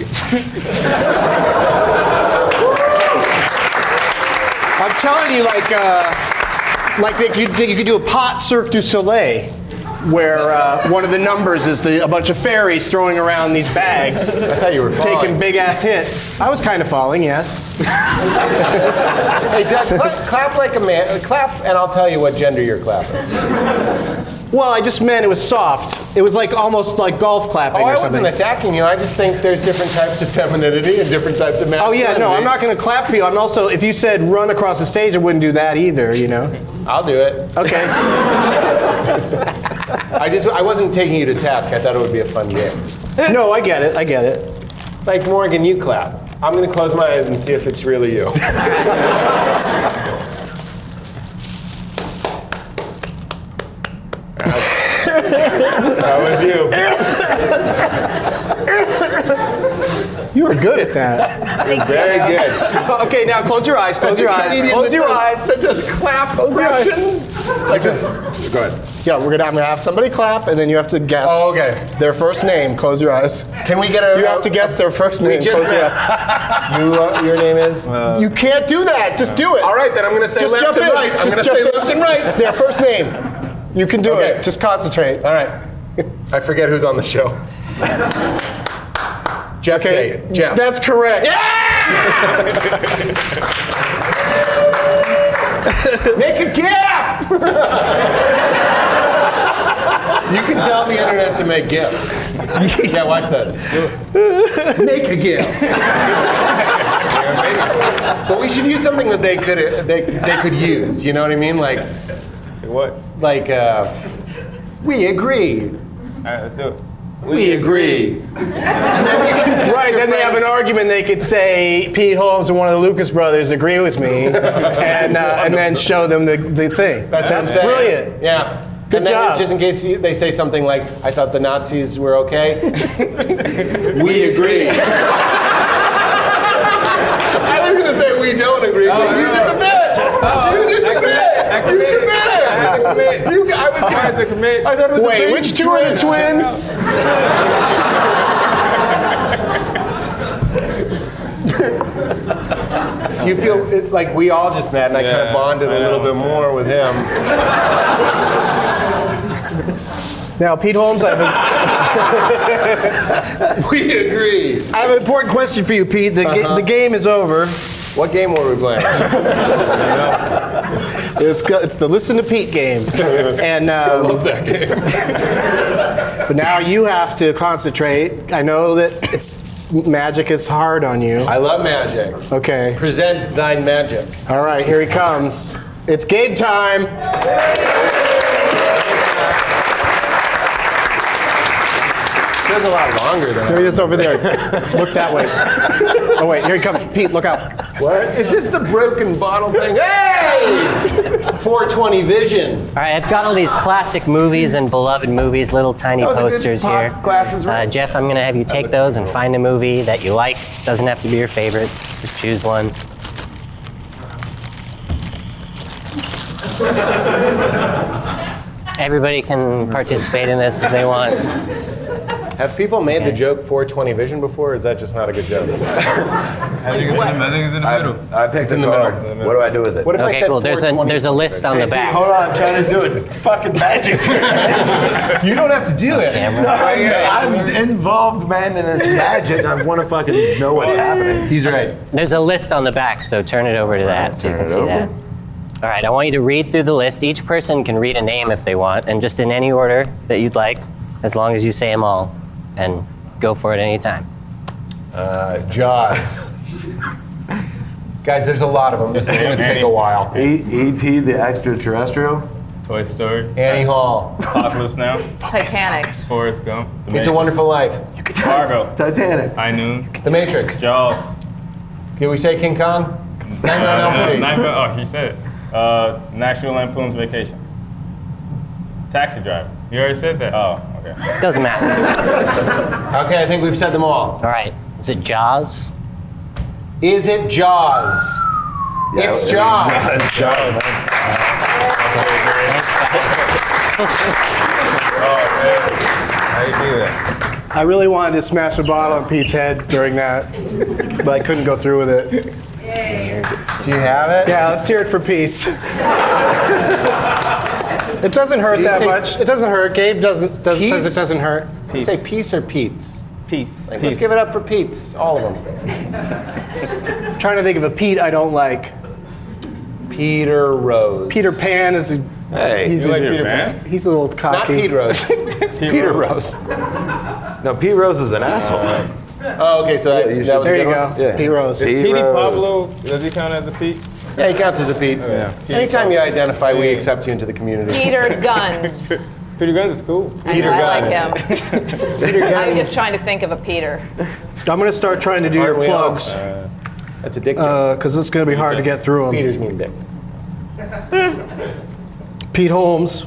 S6: I'm telling you, like, uh, like they could, they could do a pot Cirque du Soleil, where uh, one of the numbers is the, a bunch of fairies throwing around these bags,
S7: I thought you were
S6: taking
S7: falling.
S6: big ass hits. I was kind of falling, yes.
S7: hey, Doug, clap, clap like a man. Clap, and I'll tell you what gender you're clapping.
S6: Well, I just meant it was soft. It was like almost like golf clapping
S7: Oh, I
S6: or
S7: wasn't
S6: something.
S7: attacking you. I just think there's different types of femininity and different types of
S6: Oh
S7: masculinity.
S6: yeah, no, I'm not going to clap for you. I'm also, if you said run across the stage, I wouldn't do that either. You know.
S7: I'll do it.
S6: Okay.
S7: I just I wasn't taking you to task. I thought it would be a fun game.
S6: no, I get it. I get it.
S7: Like Morgan, you clap. I'm gonna close my eyes and see if it's really you.
S5: That was you.
S6: You were good at that.
S5: Very good.
S6: okay, now close your eyes. Close your eyes. Close your eyes.
S7: Just clap
S6: Close your eyes.
S7: like this. Go ahead.
S6: Yeah, we're gonna. I'm gonna have somebody clap, and then you have to guess.
S7: Oh, okay.
S6: Their first name. Close your eyes.
S7: Can we get a?
S6: You have to guess their first name.
S7: just-
S6: Close your eyes.
S7: You, uh, your name is.
S6: You can't do that. Just do it.
S7: All right, then I'm gonna say
S6: Just
S7: left
S6: jump
S7: and
S6: in.
S7: right. I'm
S6: Just
S7: gonna
S6: jump
S7: say
S6: in.
S7: left and right.
S6: Their first name. You can do it. Just concentrate.
S7: All right. I forget who's on the show. Jeff.
S6: Okay.
S7: Tate. Jeff.
S6: That's correct.
S7: Make a gif. you can tell the internet to make gifs. yeah, watch this. Make a gif. but we should use something that they could they, they could use. You know what I mean? Like what? Like uh, we agree.
S2: All right, let's do it.
S7: We agree.
S6: Right, then they have an argument. They could say Pete Holmes and one of the Lucas brothers agree with me, and uh, and then show them the, the thing.
S7: That's, what I'm saying.
S6: brilliant.
S7: Yeah.
S6: Good
S7: and then
S6: job.
S7: Just in case you, they say something like, "I thought the Nazis were okay." we agree. I was gonna say we don't agree. but you did the bit. you did the bit. You committed. You, I was trying to commit. I thought it was a
S6: Wait,
S7: big
S6: which two are the twins?
S7: Do you feel it, like we all just met, and I kind of bonded a little bit more with him?
S6: Now, Pete Holmes, I have a,
S7: we agree. Uh-huh.
S6: I have an important question for you, Pete. The, ga- the game is over.
S7: What game were we playing?
S6: It's, go- it's the listen to Pete game, and um,
S7: that game.
S6: but now you have to concentrate. I know that it's magic is hard on you.
S7: I love magic.
S6: Okay.
S7: Present thine magic.
S6: All right, here he comes. It's game time.
S7: Feels a lot longer than.
S6: There he is over there. Look that way. Oh wait, here he comes. Pete, look out.
S7: What? Is this the broken bottle thing? Hey! 420 vision.
S16: All right, I've got all these classic movies and beloved movies, little tiny
S7: That was a good
S16: posters
S7: pop
S16: here.
S7: glasses, right?
S16: Uh, Jeff, I'm going to have you take those and find a movie that you like. Doesn't have to be your favorite. Just choose one. Everybody can participate in this if they want.
S7: Have people made the
S5: Yes.
S7: joke 420 vision before, or is that just not a good joke?
S5: I think it's in the middle. I picked
S7: in
S5: a
S7: the
S5: car.
S7: middle.
S5: What do I do with it?
S7: What if I
S16: Okay,
S7: said
S16: cool. There's a
S7: 420?
S16: there's a list on the back.
S5: Hold on, I'm trying to do it. Fucking magic. you don't have to do it. No, I'm, I'm involved, man, and it's magic. I want to fucking know what's happening. He's right.
S16: There's a list on the back, so turn it over to that so you can
S5: it
S16: see
S5: over.
S16: that. All right, I want you to read through the list. Each person can read a name if they want, and just in any order that you'd like, as long as you say them all, and go for it anytime.
S7: Uh, Jaws. Guys, there's a lot of them. This is going to take a while.
S5: E- E.T. the extraterrestrial?
S2: Toy Story.
S7: Annie Hall.
S2: Apocalypse Now.
S4: Titanic.
S2: Forrest Gump. The
S7: It's a
S2: Matrix.
S7: Wonderful Life.
S2: Fargo.
S5: Titanic.
S2: High Noon.
S7: The Matrix.
S2: Jaws.
S7: Can we say King Kong? Nightmare on Elm Street.
S2: Knife, oh, he said it. Uh, National Lampoon's Vacation. Taxi Driver. You already said that. Oh, okay.
S16: Doesn't matter.
S7: okay, I think we've said them all. All
S16: right. Is it Jaws?
S7: Is it Jaws?
S5: Yeah,
S7: it's
S5: it was
S7: Jaws.
S5: Jaws. Jaws, man.
S2: Oh, How you do that?
S6: I really wanted to smash a bottle on Pete's head during that, but I couldn't go through with it.
S7: Do you have it?
S6: Yeah, let's hear it for peace. it doesn't hurt
S7: Did you
S6: that
S7: say-
S6: much. It doesn't hurt. Gabe doesn't does, says
S7: Peace?
S6: it doesn't hurt.
S7: Peace. Say peace or Pete's?
S2: Peace.
S7: Like, let's give it up for Pete's, all of them.
S6: I'm trying to think of a Pete I don't like.
S7: Peter Rose.
S6: Peter Pan is a.
S5: Hey,
S6: he's
S5: you
S6: a,
S5: like Peter Pan?
S6: He's a little cocky.
S7: Pete Rose.
S6: Peter Rose.
S5: No, Pete Rose is an asshole.
S7: Oh, okay, so that,
S5: Yeah, you
S7: that was a
S6: There you
S7: good
S6: go.
S7: one?
S5: Yeah.
S6: Pete Rose.
S2: Is
S5: Pete
S2: Petey
S5: Rose.
S2: Pablo, does he count as a Pete?
S7: Yeah, he counts as a Pete.
S2: yeah.
S7: Anytime you identify, we accept you into the community.
S4: Peter Guns.
S2: Peter Guns is cool.
S4: I,
S7: Peter
S4: I
S7: Gunn.
S4: like him. I'm just trying to think of a Peter.
S6: I'm gonna start trying to do your
S7: Aren't we all?
S6: plugs
S7: That's addictive.
S6: Uh. because it's gonna be hard to get through them.
S7: Peter's mean dick.
S6: Pete Holmes,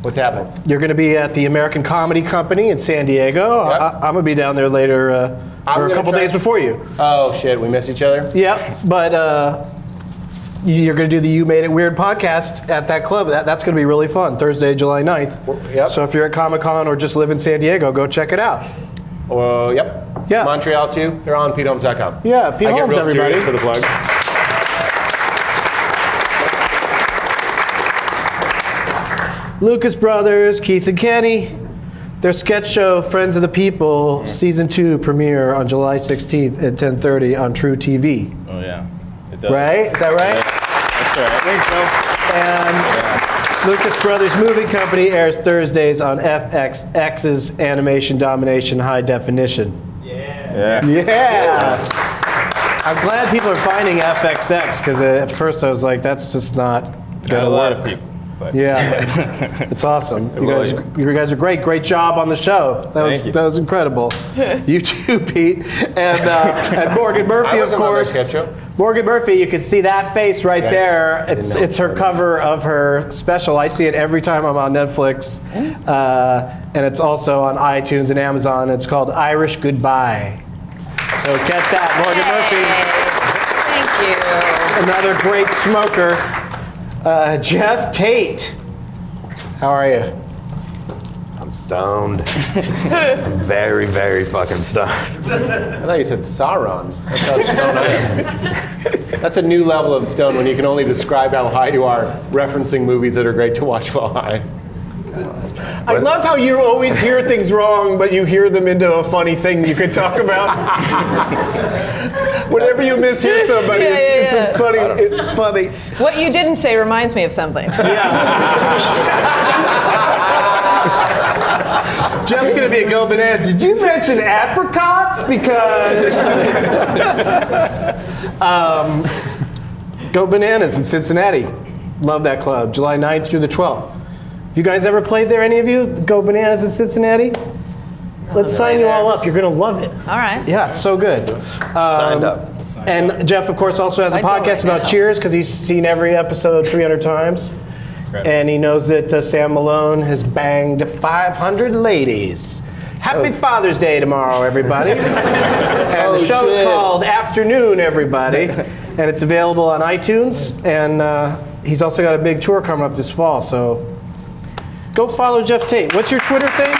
S7: What's happening?
S6: you're gonna be at the American Comedy Company in San Diego. I, am gonna be down there later, uh,
S7: I'm
S6: or a
S7: gonna
S6: couple
S7: try-
S6: days before you.
S7: Oh shit, we miss each other.
S6: Yep, but uh, you're going to do the You Made It Weird podcast at that club. That, that's going to be really fun, Thursday, July 9th.
S7: Yep.
S6: So if you're at Comic Con or just live in San Diego, go check it out.
S7: Oh, yep.
S6: Yeah.
S7: Montreal too. They're on PeteHolmes.com.
S6: Yeah, Pete
S7: I get
S6: Holmes,
S7: real
S6: everybody.
S7: serious for the plugs.
S6: Lucas Brothers, Keith and Kenny. Their sketch show, Friends of the People, season two premiere on July 16th at 10:30 on True TV.
S2: Oh, yeah. It does.
S6: Right? Is that right?
S2: That's right. I think so.
S6: And Lucas Brothers Movie Company airs Thursdays on FXX's Animation Domination High Definition.
S2: Yeah.
S6: Yeah. I'm glad people are finding FXX because at first I was like, that's just not
S2: Got
S6: gonna
S2: a lot of
S6: work.
S2: people. But
S6: Yeah, it's awesome. You
S2: Really.
S6: guys, you guys are great. Great job on the show. That was
S2: Thank you.
S6: that was incredible. you too, Pete, and uh, and Morgan Murphy,
S7: I
S6: of
S7: was on that
S6: course.
S7: sketch show.
S6: Morgan Murphy, you can see that face right
S7: Right.
S6: there.
S7: Didn't
S6: It's
S7: know.
S6: it's her cover of her special. I see it every time I'm on Netflix, uh, and it's also on iTunes and Amazon. It's called Irish Goodbye. So catch that, Morgan Murphy
S4: Thank you.
S6: another great smoker, uh, Jeff Tate. How are you?
S5: I'm stoned. I'm very, very fucking stoned.
S7: I thought you said Sauron. That's how stoned I am. That's a new level of stone when you can only describe how high you are, referencing movies that are great to watch while high.
S6: I love how you always hear things wrong, but you hear them into a funny thing you could talk about. Whenever you mishear somebody,
S4: Yeah, yeah,
S6: it's,
S4: yeah.
S6: it's a funny. It's funny.
S4: What you didn't say reminds me of something.
S6: Jeff's gonna be a go bananas. Did you mention apricots? Because um, go bananas in Cincinnati. Love that club. July 9th through the 12th. You guys ever played there? Any of you? Go bananas in Cincinnati. Let's sign you all up. You're gonna love it.
S4: All right.
S6: Yeah, it's so good. Um,
S5: Signed up.
S6: And Jeff, of course, also has a
S4: I know
S6: podcast
S4: it now.
S6: about Cheers because he's seen every episode 300 times.
S2: Incredible.
S6: And he knows that uh, Sam Malone has banged 500 ladies.
S5: Oh.
S6: Happy Father's Day tomorrow, everybody. and the show's
S7: shit.
S6: called Afternoon, everybody. and it's available on iTunes. And uh, he's also got a big tour coming up this fall. So go follow Jeff Tate. What's your Twitter thing?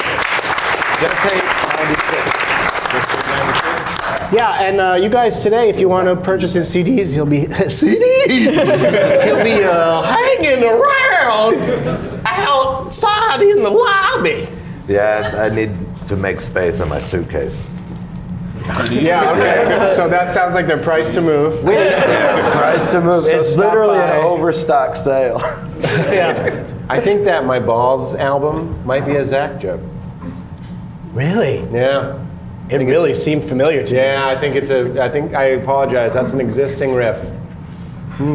S6: Yeah, and uh, you guys today, if you want to purchase his CDs, he'll be CDs. he'll be uh, hanging around outside in the lobby.
S5: Yeah, I need to make space in my suitcase.
S6: Yeah. Okay. so that sounds like their price to move.
S5: Price to move.
S6: So
S5: it's
S6: stop
S5: literally
S6: by.
S5: an overstock sale.
S7: I think that my balls album might be a Zach joke.
S6: Really?
S7: Yeah.
S6: It really seemed familiar to
S7: yeah, I think it's a. I think I apologize. That's an existing riff.
S6: You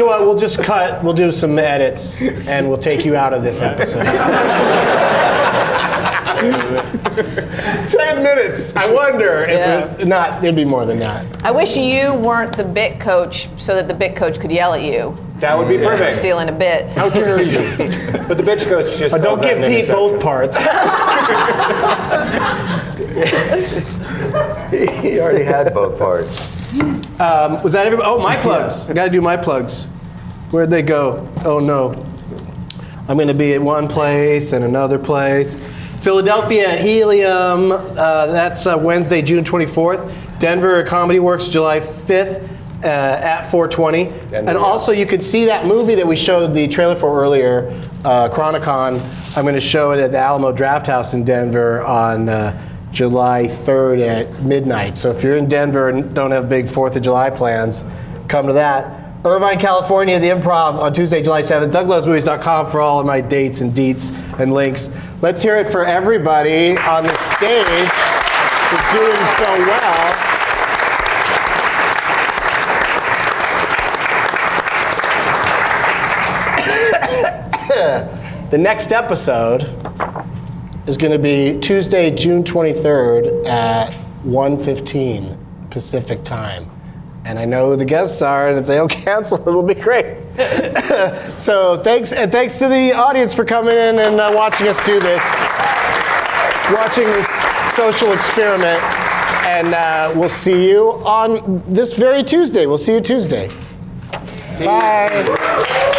S6: know what? We'll just cut. We'll do some edits, and we'll take you out of this episode. Ten minutes. I wonder if it, not. It'd be more than that.
S4: I wish you weren't the bit coach so that the bit coach could yell at you.
S20: That would be
S4: For
S20: perfect.
S4: stealing a bit.
S20: How dare you? But the bitch coach just.
S6: But don't
S20: calls that
S6: give
S20: an
S6: Pete both parts.
S5: he already had both parts.
S6: Um, was that everybody? Oh, my plugs. I got to do my plugs. Where'd they go? Oh no. I'm going to be at one place and another place. Philadelphia at Helium. Uh, that's uh, Wednesday, June 24th. Denver at Comedy Works, July 5th. Uh, at 420, and also you could see that movie that we showed the trailer for earlier, uh, Chronicon. I'm going to show it at the Alamo Draft House in Denver on uh, July 3rd at midnight. So if you're in Denver and don't have big 4th of July plans, come to that. Irvine, California, the Improv on Tuesday, July 7th. DouglasMovies.com for all of my dates and deets and links. Let's hear it for everybody on the stage for doing so well. The next episode is going to be Tuesday, June 23rd at 1:15 Pacific time. And I know who the guests are, and if they don't cancel, it'll be great. so thanks, and thanks to the audience for coming in and uh, watching us do this, watching this social experiment. And uh, we'll see you on this very Tuesday. We'll see you Tuesday. Bye.